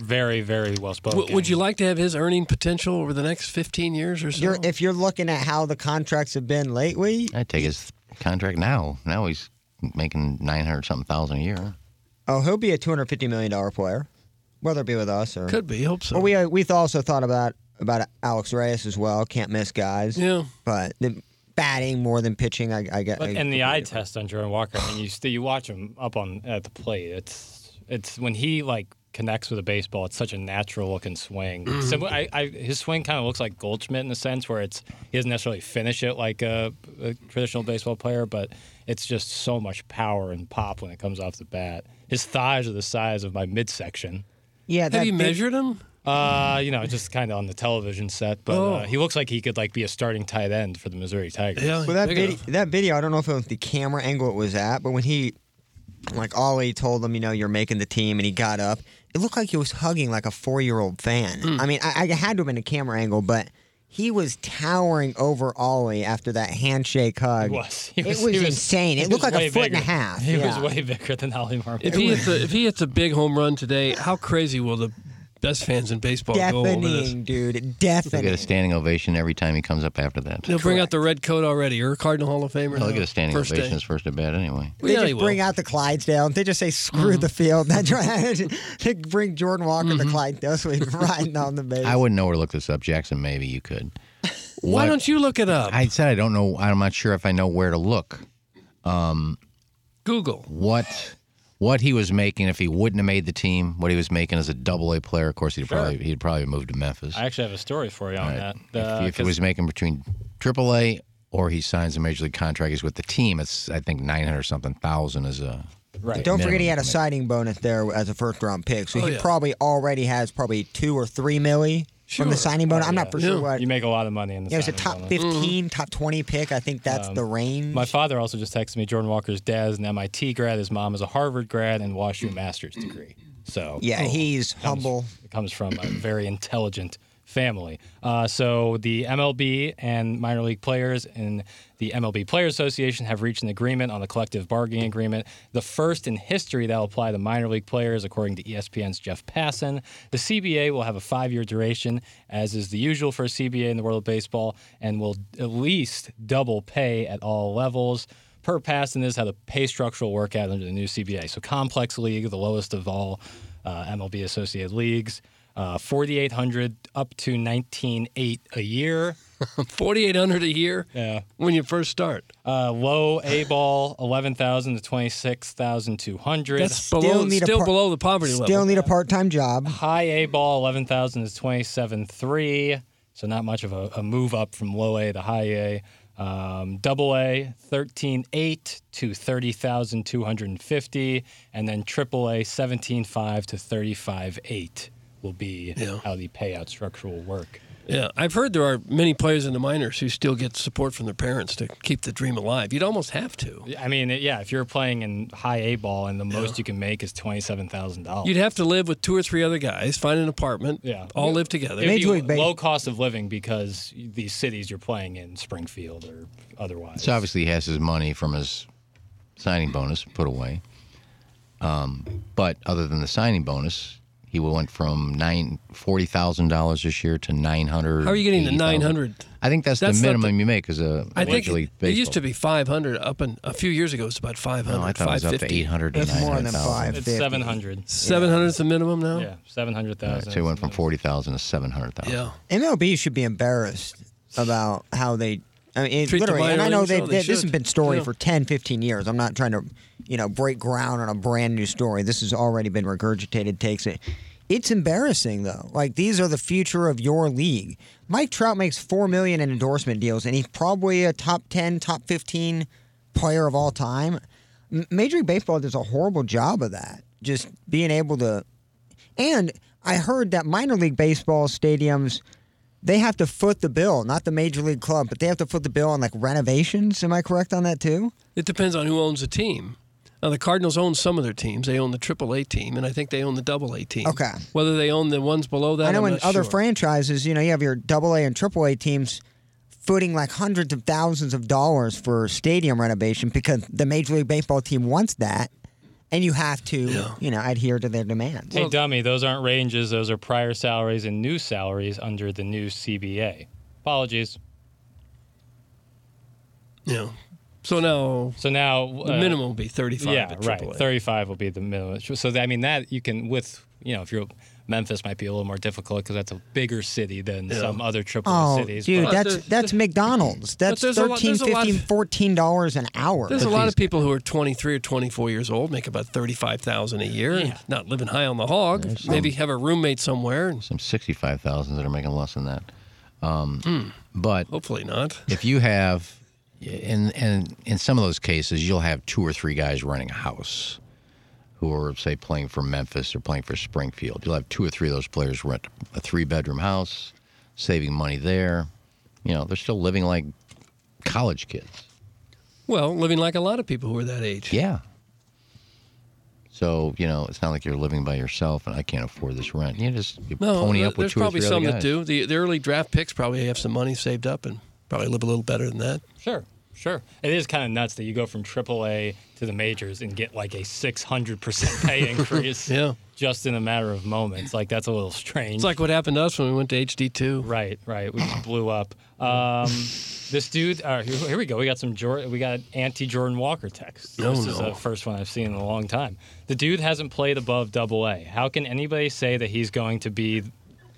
Speaker 2: very, very well spoken.
Speaker 3: W- would you like to have his earning potential over the next 15 years or so?
Speaker 4: You're, if you're looking at how the contracts have been lately,
Speaker 5: I take his contract now. Now he's making nine hundred something thousand a year.
Speaker 4: oh, he'll be a 250 million dollar player, whether it be with us or
Speaker 3: Could be. Hope so.
Speaker 4: Well, we we also thought about about Alex Reyes as well. Can't miss guys.
Speaker 3: Yeah,
Speaker 4: but the batting more than pitching. I, I get.
Speaker 2: But,
Speaker 4: I-
Speaker 2: and the eye test on Jordan Walker, I mean, you still you watch him up on at the plate. It's it's when he like connects with a baseball. It's such a natural looking swing.
Speaker 13: Mhm.
Speaker 2: So I, I, his swing kind of looks like Goldschmidt in a sense, where it's he doesn't necessarily finish it like a, a traditional baseball player, but it's just so much power and pop when it comes off the bat. His thighs are the size of my midsection.
Speaker 4: yeah,
Speaker 3: have
Speaker 4: that
Speaker 3: you
Speaker 4: big-
Speaker 3: measured him?
Speaker 2: Uh, you know, just kind of on the television set, but
Speaker 4: Oh.
Speaker 2: uh, he looks like he could like be a starting tight end for the Missouri Tigers.
Speaker 4: Well, that video, that video, I don't know if it was the camera angle it was at, but when he, like Ollie told him, you know, you're making the team, and he got up, it looked like he was hugging like a four year old fan.
Speaker 2: Mm.
Speaker 4: I mean, I, I it had to have been a camera angle, but he was towering over Ollie after that handshake hug.
Speaker 2: He was. He
Speaker 4: it was,
Speaker 2: he
Speaker 4: insane.
Speaker 2: he
Speaker 4: It looked
Speaker 2: was
Speaker 4: like a
Speaker 2: way
Speaker 4: foot and a
Speaker 2: bigger.
Speaker 4: half.
Speaker 2: He
Speaker 4: yeah.
Speaker 2: was way bigger than Ollie Marmol.
Speaker 3: If he hits a, if he hits a big home run today, how crazy will the best fans in baseball go over this?
Speaker 4: Deafening, dude.
Speaker 5: He'll get a
Speaker 4: Deafening.
Speaker 5: standing ovation every time he comes up after that.
Speaker 3: They'll bring out the red coat already, or Cardinal Hall of Famer.
Speaker 5: He'll get a standing
Speaker 3: First
Speaker 5: ovation
Speaker 3: day.
Speaker 5: his first at bat anyway.
Speaker 4: They
Speaker 3: Yeah, he
Speaker 4: just
Speaker 3: will.
Speaker 4: bring out the Clydesdale. They just say, screw
Speaker 2: Mm-hmm.
Speaker 4: the field. [LAUGHS] That's right. they bring Jordan Walker the Clydesdale. [LAUGHS] So he's riding on the base.
Speaker 5: I wouldn't know where to look this up, Jackson. Maybe you could.
Speaker 3: [LAUGHS] Why don't you look it up?
Speaker 5: I said I don't know. I'm not sure if I know where to look. Um,
Speaker 3: Google [LAUGHS]
Speaker 5: what what he was making if he wouldn't have made the team. What he was making as a Double A player. Of course, he'd probably he'd probably moved to Memphis.
Speaker 2: I actually have a story for you on that.
Speaker 3: Uh,
Speaker 2: The-
Speaker 5: if he
Speaker 2: 'cause
Speaker 5: was making between Triple A or he signs a major league contract, he's with the team. It's I think nine hundred something thousand is a
Speaker 2: right.
Speaker 4: Don't forget he had a signing bonus there as a first round pick, so
Speaker 5: Oh,
Speaker 4: he
Speaker 5: yeah.
Speaker 4: probably already has probably two or three milli from the signing bonus.
Speaker 2: Oh,
Speaker 4: I'm
Speaker 2: yeah.
Speaker 4: not for sure what.
Speaker 2: You make a lot of money in the
Speaker 4: Yeah, it was a
Speaker 2: signing
Speaker 4: top
Speaker 2: bonus.
Speaker 4: 15, top 20 pick. I think that's
Speaker 2: Um,
Speaker 4: the range.
Speaker 2: My father also just texted me Jordan Walker's dad is an MIT grad, his mom is a Harvard grad, and WashU master's degree. So
Speaker 3: Oh.
Speaker 4: Yeah, he's
Speaker 2: comes-
Speaker 4: humble.
Speaker 2: It comes from a very intelligent family. Uh, so the MLB and minor league players and the MLB Players Association have reached an agreement on the collective bargaining agreement, the first in history that will apply to minor league players, according to E ESPN's Jeff Passan. The CBA will have a five-year duration, as is the usual for a CBA in the world of baseball, and will at least double pay at all levels per pass and this is how the pay structure will work out under the new CBA. So complex league, the lowest of all uh, MLB associated leagues, uh, 4,800 up to 19.8 a year.
Speaker 3: 4,800 a year.
Speaker 2: Yeah.
Speaker 3: When you first start.
Speaker 2: Uh, low A ball, 11,000 to 26,200.
Speaker 3: That's below- Still need a still par- below the poverty
Speaker 4: Still need a part-time job.
Speaker 2: High A ball, 11,000 is 27.3. So not much of a, a move up from low A to high A. Um, double A, 13.8 to 30,250. And then triple A, 17.5 to 35.8 will be how the payout structure will work.
Speaker 3: Yeah, I've heard there are many players in the minors who still get support from their parents to keep the dream alive. You'd almost have to.
Speaker 2: I mean, yeah, if you're playing in high A ball and the most you can make is $27,000.
Speaker 3: You'd have to live with two or three other guys, find an apartment,
Speaker 2: Yeah.
Speaker 3: all live together.
Speaker 2: It'd be low cost of living because these cities you're playing in, Springfield or otherwise.
Speaker 5: So obviously he has his money from his signing bonus put away. Um, but other than the signing bonus, he went from nine forty thousand dollars this year to nine hundred.
Speaker 3: How are you getting to 900?
Speaker 5: I think that's,
Speaker 3: That's
Speaker 5: the
Speaker 3: not
Speaker 5: minimum you make as a
Speaker 3: I
Speaker 5: major
Speaker 3: think it,
Speaker 5: league
Speaker 3: it used
Speaker 5: baseball.
Speaker 3: to be 500 up in a few years ago. It was about 500.
Speaker 5: No, I thought it was up to
Speaker 3: 550.
Speaker 5: 800 to That's more than 900,000.
Speaker 2: It's 700.
Speaker 3: 700 is the minimum now?
Speaker 2: Yeah, 700,000.
Speaker 5: All right, so he went from forty thousand to seven hundred thousand.
Speaker 3: Yeah.
Speaker 4: MLB should be embarrassed about how they. I mean, it
Speaker 5: Treat the
Speaker 4: literally, and I
Speaker 5: minor
Speaker 4: know
Speaker 5: leagues,
Speaker 4: they,
Speaker 5: oh,
Speaker 4: they,
Speaker 5: they
Speaker 4: this has
Speaker 5: should.
Speaker 4: been story
Speaker 5: Yeah.
Speaker 4: for 10, 15 years. I'm not trying to, you know, break ground on a brand new story. This has already been regurgitated. Takes it. It's embarrassing though. Like these are the future of your league. Mike Trout makes four million in endorsement deals, and he's probably a top ten, top fifteen player of all time. M- Major League Baseball does a horrible job of that. Just being able to and I heard that minor league baseball stadiums, they have to foot the bill, not the major league club, but they have to foot the bill on like renovations. Am I correct on that too?
Speaker 3: It depends on who owns the team. Now the Cardinals own some of their teams. They own the AAA team, and I think they own the AA team.
Speaker 4: Okay.
Speaker 3: Whether they own the ones below that,
Speaker 4: I know
Speaker 3: am
Speaker 4: in
Speaker 3: not
Speaker 4: other
Speaker 3: sure.
Speaker 4: franchises, you know, you have your double A and triple A teams footing like hundreds of thousands of dollars for stadium renovation because the major league baseball team wants that. And you have to, you know, adhere to their demands.
Speaker 2: Hey, dummy, those aren't ranges. Those are prior salaries and new salaries under the new CBA. Apologies.
Speaker 3: Yeah. So now.
Speaker 2: So now.
Speaker 3: The minimum will be 35
Speaker 2: Yeah,
Speaker 3: at
Speaker 2: right.
Speaker 3: AAA.
Speaker 2: 35 will be the minimum. So, that- I mean, that you can, with, you know, if you're. Memphis might be a little more difficult because that's a bigger city than
Speaker 4: Yeah.
Speaker 2: some other triple
Speaker 4: Oh,
Speaker 2: cities.
Speaker 4: dude,
Speaker 2: but-
Speaker 4: that's
Speaker 3: [LAUGHS]
Speaker 4: that's McDonald's. That's
Speaker 3: there's a lot-
Speaker 4: 13
Speaker 3: there's a lot-
Speaker 4: 15 14 dollars an hour.
Speaker 3: There's a lot of people who are 23 or 24 years old, make about 35,000 a year, and not living high on the hog. Maybe have a roommate somewhere. And
Speaker 5: Some sixty-five thousands that are making less than that. Um,
Speaker 3: Hmm.
Speaker 5: But
Speaker 3: hopefully not.
Speaker 5: If you have, in and in some of those cases, you'll have two or three guys running a house, who are say playing for Memphis or playing for Springfield. You'll have two or three of those players rent a three-bedroom house, saving money there. You know, they're still living like college kids.
Speaker 3: well, living like a lot of people who are that age.
Speaker 5: Yeah. So you know, it's not like you're living by yourself and I can't afford this rent. You just you
Speaker 3: No,
Speaker 5: pony
Speaker 3: Oh, there-
Speaker 5: up with
Speaker 3: there's
Speaker 5: two or
Speaker 3: probably
Speaker 5: three other
Speaker 3: some that
Speaker 5: guys.
Speaker 3: do. The, the early draft picks probably have some money saved up and probably live a little better than that.
Speaker 2: Sure, sure. It is kind of nuts that you go from AAA to the majors and get like a 600%
Speaker 3: [LAUGHS]
Speaker 2: pay increase
Speaker 3: Yeah.
Speaker 2: just in a matter of moments. Like, that's a little strange.
Speaker 3: It's like what happened to us when we went to HD2.
Speaker 2: Right, right. We just blew up. Um, this dude, all right, here, here we go. We got some Jordan, we got anti Jordan Walker text.
Speaker 3: No,
Speaker 2: this is
Speaker 3: Oh, no.
Speaker 2: the first one I've seen in a long time. The dude hasn't played above double A. How can anybody say that he's going to be?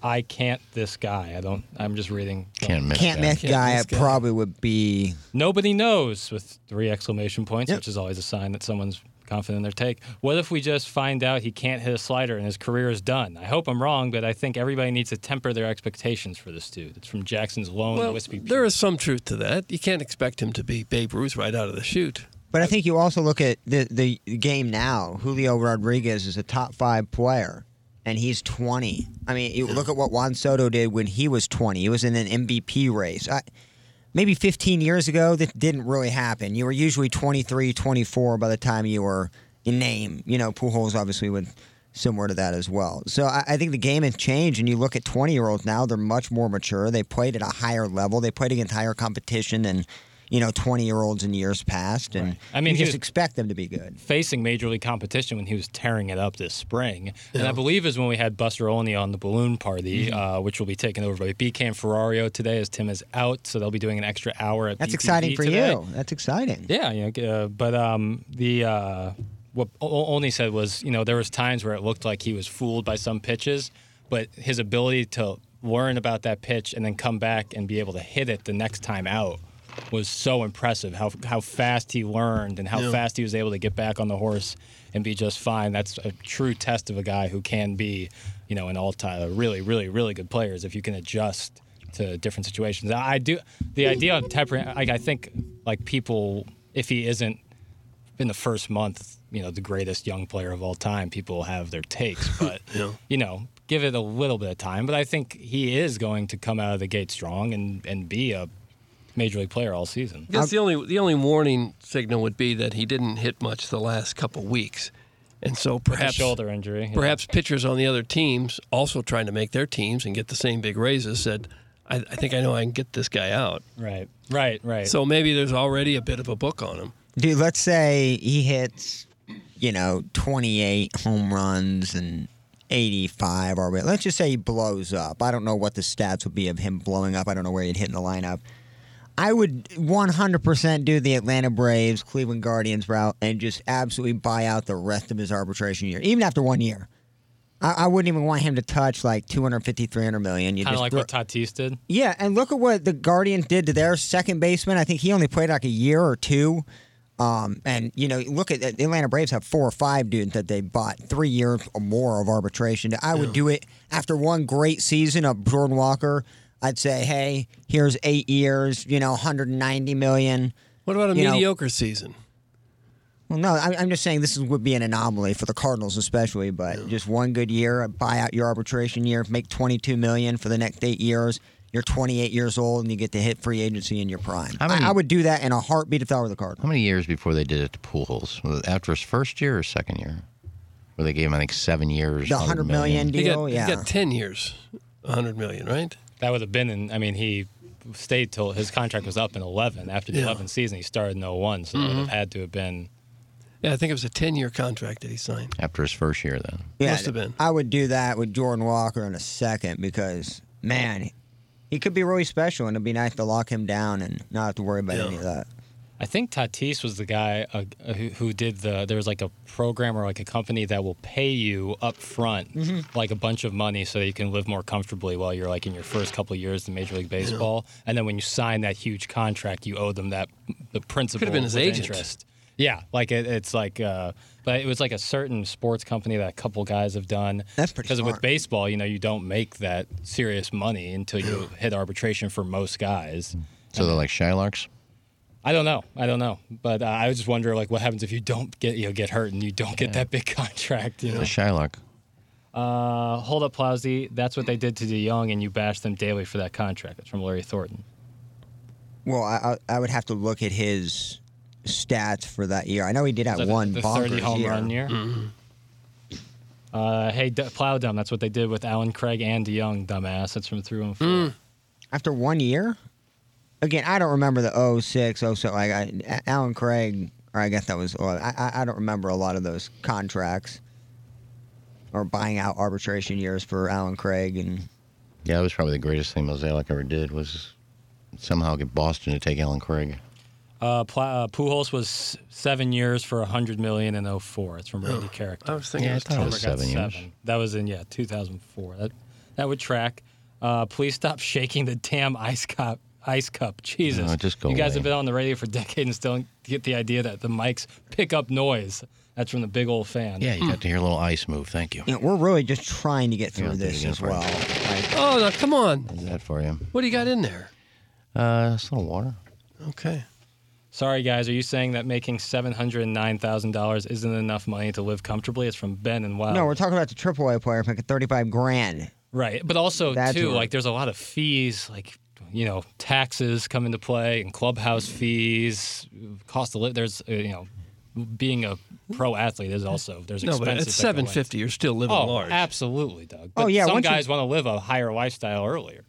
Speaker 2: I can't this guy. I don't. I'm just reading.
Speaker 5: Can't miss
Speaker 4: Can't myth guy, it probably would be
Speaker 2: Nobody knows with three exclamation points, which is always a sign that someone's confident in their take. What if we just find out he can't hit a slider and his career is done? I hope I'm wrong, but I think everybody needs to temper their expectations for this dude. It's from Jackson's lone
Speaker 3: Well,
Speaker 2: wispy.
Speaker 3: there is some truth to that. You can't expect him to be Babe Ruth right out of the chute.
Speaker 4: But I think you also look at the the game now. Julio Rodriguez is a top five player, and he's twenty. I mean, you look at what Juan Soto did when he was twenty. He was in an MVP race. I, maybe fifteen years ago, that didn't really happen. You were usually 23, 24 by the time you were in name. You know, Pujols obviously with similar to that as well. So I, I think the game has changed, and you look at 20 year olds now, they're much more mature. They played at a higher level, they played against higher competition than, you know, 20 year olds in years past. And
Speaker 2: I mean,
Speaker 4: you
Speaker 2: he
Speaker 4: just
Speaker 2: was-
Speaker 4: expect them to be good.
Speaker 2: facing major league competition when he was tearing it up this spring. And I believe is when we had Buster Olney on the balloon party,
Speaker 4: Mhm.
Speaker 2: uh, which will be taken over by B. Cam Ferrario today as Tim is out. So they'll be doing an extra hour at
Speaker 4: That's
Speaker 2: BTV
Speaker 4: exciting for
Speaker 2: today.
Speaker 4: you. That's exciting.
Speaker 2: Yeah, you know, uh, but um, the uh, what O- O- Olney said was, you know, there was times where it looked like he was fooled by some pitches, but his ability to learn about that pitch and then come back and be able to hit it the next time out was so impressive. How how fast he learned and how
Speaker 3: Yeah.
Speaker 2: fast he was able to get back on the horse and be just fine. That's a true test of a guy who can be, you know, an all time really really really good player is if you can adjust to different situations. I I do the idea of Tepper. Like I think like people, if he isn't in the first month, you know, the greatest young player of all time, people have their takes, but
Speaker 3: Yeah.
Speaker 2: you know, give it a little bit of time. But I think he is going to come out of the gate strong and and be a major league player all season.
Speaker 3: I guess the only the only warning signal would be that he didn't hit much the last couple weeks, and so perhaps
Speaker 2: shoulder injury, yeah.
Speaker 3: Perhaps pitchers on the other teams also trying to make their teams and get the same big raises said, "I, I think I know I can get this guy out."
Speaker 2: Right, right, right.
Speaker 3: So maybe there's already a bit of a book on him.
Speaker 4: Dude, let's say he hits, you know, 28 home runs and 85 or whatever. Let's just say he blows up. I don't know what the stats would be of him blowing up. I don't know where he'd hit in the lineup. I would 100% do the Atlanta Braves, Cleveland Guardians route and just absolutely buy out the rest of his arbitration year, even after one year. I, I wouldn't even want him to touch like 250, 300 million. You
Speaker 2: Kind of
Speaker 4: just
Speaker 2: like
Speaker 4: throw-
Speaker 2: what Tatis did.
Speaker 4: yeah, and look at what the Guardians did to their second baseman. I think he only played like a year or two. Um, and you know, look at the Atlanta Braves have four or five dudes that they bought three years or more of arbitration. I would
Speaker 13: Yeah.
Speaker 4: do it after one great season of Jordan Walker. I'd say, hey, here's eight years, you know, 190 million.
Speaker 3: What about a
Speaker 4: You know-
Speaker 3: mediocre season?
Speaker 4: Well, no, I, I'm just saying this is, would be an anomaly for the Cardinals, especially. But just one good year, buy out your arbitration year, make 22 million for the next eight years. You're 28 years old, and you get to hit free agency in your prime. I, I would do that in a heartbeat if I were the Cardinals.
Speaker 5: How many years before they did it to Pujols? Was it After his first year or second year? Where they gave him, I think, seven years.
Speaker 4: The 100 million
Speaker 3: He got,
Speaker 4: deal,
Speaker 3: he
Speaker 4: yeah.
Speaker 3: got ten years, hundred million, right?
Speaker 2: That would have been in. I mean, he stayed till his contract was up in 11. After the
Speaker 3: Yeah.
Speaker 2: 11 season, he started in 01, so it would
Speaker 3: Mhm.
Speaker 2: have had to have been.
Speaker 3: Yeah, I think it was a ten-year contract that he signed.
Speaker 5: After his first year, then.
Speaker 3: Must have been.
Speaker 4: I would do that with Jordan Walker in a second because, man, he could be really special, and it'd be nice to lock him down and not have to worry about any of that.
Speaker 2: I think Tatis was the guy uh, who, who did the. There was like a program or like a company that will pay you up front
Speaker 3: Mhm.
Speaker 2: like a bunch of money so that you can live more comfortably while you're like in your first couple of years in Major League Baseball, and then when you sign that huge contract, you owe them that the principal
Speaker 3: been his
Speaker 2: with
Speaker 3: agent.
Speaker 2: interest. Yeah, like it, it's like, uh, but it was like a certain sports company that a couple guys have done.
Speaker 4: That's pretty
Speaker 2: Because with
Speaker 4: smart.
Speaker 2: baseball, you know, you don't make that serious money until you hit arbitration for most guys.
Speaker 5: So they're like Shylocks?
Speaker 2: I don't know. I don't know. But uh, I was just wonder like what happens if you don't get you know, get hurt and you don't get that big [LAUGHS] contract. You
Speaker 5: The
Speaker 2: know.
Speaker 5: Shylock.
Speaker 2: Uh, hold up, Plowsy. That's what they did to DeYoung, and you bashed them daily for that contract. That's from Larry Thornton.
Speaker 4: Well, I, I I would have to look at his stats for that year. I know he did
Speaker 2: Is
Speaker 4: have
Speaker 2: that the-
Speaker 4: one
Speaker 2: the
Speaker 4: bonkers Mm-hmm.
Speaker 2: 30 home
Speaker 4: year.
Speaker 2: run year? Mhm. Uh, hey, D- Plow Dumb. That's what they did with Alan Craig and DeYoung, dumbass. That's from through and four.
Speaker 4: After one year? Again, I don't remember the 06, 07. Like I, A- Alan Craig, or I guess that was. I, I I don't remember a lot of those contracts or buying out arbitration years for Alan Craig and
Speaker 5: Yeah, that was probably the greatest thing Mosaic ever did was somehow get Boston to take Alan Craig.
Speaker 2: Uh, Pl- uh, Pujols was seven years for a hundred million in 04. It's from Randy Character.
Speaker 3: Oh, I was thinking Yeah, it was I
Speaker 5: thought it was 10. seven years.
Speaker 2: That was in yeah 2004. That that would track. Uh, please stop shaking the damn ice cup. Ice cup. Jesus.
Speaker 5: No, just go
Speaker 2: you guys have
Speaker 5: away.
Speaker 2: been on the radio for [LAUGHS] decades and still don't get the idea that the mics pick up noise. That's from the big old fan.
Speaker 5: Yeah, you
Speaker 4: Mm.
Speaker 5: got to hear a little ice move. Thank you.
Speaker 4: you know, we're really just trying to get through
Speaker 5: Yeah, I'll do it
Speaker 4: this
Speaker 5: again
Speaker 4: as
Speaker 5: for you.
Speaker 4: well.
Speaker 3: Oh, now come on!
Speaker 5: How's that for you?
Speaker 3: What do you got in there?
Speaker 5: Uh, it's a little water.
Speaker 3: Okay.
Speaker 2: Sorry, guys. Are you saying that making seven hundred nine thousand dollars isn't enough money to live comfortably? It's from Ben and
Speaker 5: Oh.
Speaker 2: Wow.
Speaker 4: No, we're talking about the AAA player making 35 grand.
Speaker 2: Right, but also
Speaker 4: That's
Speaker 2: too,
Speaker 4: where-
Speaker 2: like there's a lot of fees, like you know, taxes come into play, and clubhouse fees, cost of live. There's uh, you know, being a pro athlete is also there's
Speaker 3: no,
Speaker 2: expenses.
Speaker 3: but at
Speaker 2: that go in.
Speaker 3: seven fifty, you're still living
Speaker 2: oh,
Speaker 3: large.
Speaker 2: absolutely, Doug.
Speaker 4: Oh,
Speaker 2: But
Speaker 4: yeah,
Speaker 2: some
Speaker 4: once you-
Speaker 2: guys want to live a higher lifestyle earlier.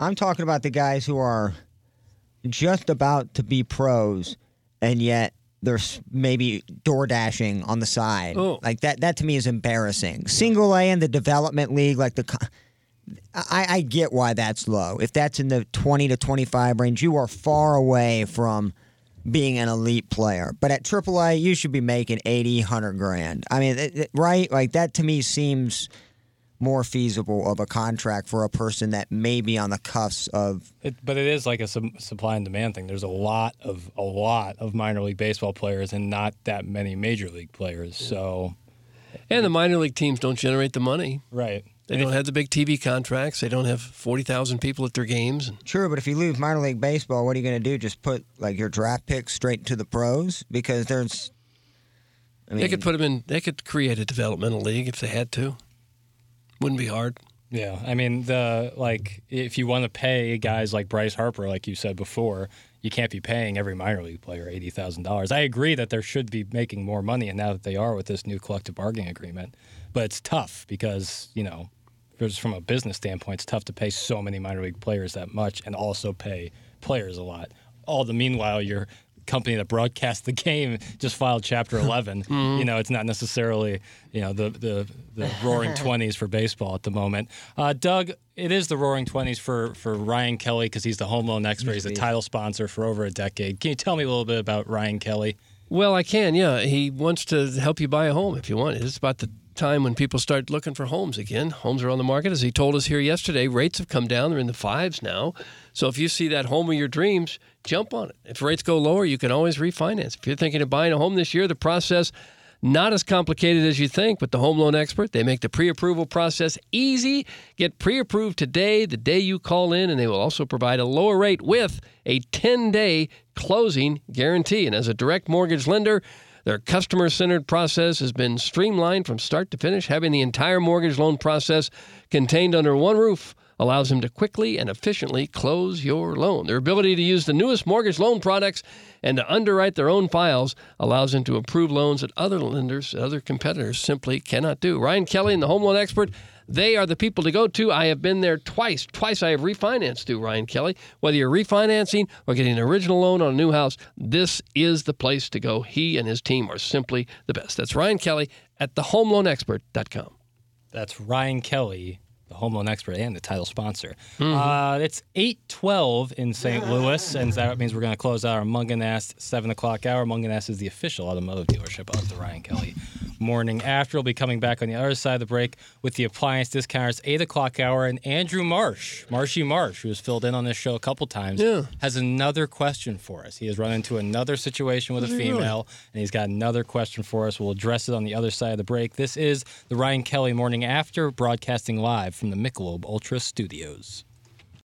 Speaker 4: I'm talking about the guys who are just about to be pros, and yet they're s- maybe door dashing on the side.
Speaker 3: Oh.
Speaker 4: Like that. That to me is embarrassing. Single A in the development league, like the. co- I, I get why that's low. If that's in the 20 to 25 range, you are far away from being an elite player. But at AAA, you should be making 80, 100 grand. I mean, it- it- right? Like that to me seems more feasible of a contract for a person that may be on the cuffs of
Speaker 2: It, but it is like a sub- supply and demand thing. There's a lot of a lot of minor league baseball players and not that many major league players. So
Speaker 3: and the minor league teams don't generate the money.
Speaker 2: Right.
Speaker 3: They don't have the big TV contracts. They don't have forty thousand people at their games.
Speaker 4: True, but if you leave minor league baseball, what are you going to do? Just put like your draft picks straight to the pros because there's. I mean,
Speaker 3: they could put them in. They could create a developmental league if they had to. Wouldn't be hard.
Speaker 2: Yeah, I mean the like if you want to pay guys like Bryce Harper, like you said before, you can't be paying every minor league player eighty thousand dollars. I agree that there should be making more money, and now that they are with this new collective bargaining agreement, but it's tough because you know, just from a business standpoint, it's tough to pay so many minor league players that much and also pay players a lot. All the meanwhile, your company that broadcast the game just filed Chapter Eleven.
Speaker 3: Mhm.
Speaker 2: You know, it's not necessarily you know the the, the roaring twenties for baseball at the moment. Uh, Doug, it is the roaring twenties for for Ryan Kelly because he's the home loan expert. He's a title sponsor for over a decade. Can you tell me a little bit about Ryan Kelly?
Speaker 3: Well, I can. Yeah, he wants to help you buy a home if you want. It's about the time when people start looking for homes again. Homes are on the market, as he told us here yesterday. Rates have come down; they're in the fives now. So if you see that home of your dreams, jump on it. If rates go lower, you can always refinance. If you're thinking of buying a home this year, the process not as complicated as you think with the home loan expert. They make the pre approval process easy. Get pre approved today, the day you call in, and they will also provide a lower rate with a 10 day closing guarantee. And as a direct mortgage lender, their customer centered process has been streamlined from start to finish. Having the entire mortgage loan process contained under one roof allows them to quickly and efficiently close your loan. Their ability to use the newest mortgage loan products and to underwrite their own files allows them to approve loans that other lenders, other competitors simply cannot do. Ryan Kelly and the Home Loan Expert, they are the people to go to. I have been there twice. Twice I have refinanced through Ryan Kelly. Whether you're refinancing or getting an original loan on a new house, this is the place to go. He and his team are simply the best. That's Ryan Kelly at thehomeloanexpert.com.
Speaker 2: That's Ryan Kelly, the home loan expert and the title sponsor. Uh, it's eight twelve in St. Louis, and that means we're going to close out our Munganast seven o'clock hour. Munganast is the official automotive dealership of the Ryan Kelly Morning After. We'll be coming back on the other side of the break with the appliance discounters eight o'clock hour, and Andrew Marsh, Marshy Marsh, who has filled in on this show a couple times,
Speaker 3: Yeah.
Speaker 2: has another question for us. He has run into another situation with a
Speaker 3: Does he really?
Speaker 2: female. And he's got another question for us. We'll address it on the other side of the break. This is the Ryan Kelly Morning After, broadcasting live from the Michelob Ultra Studios.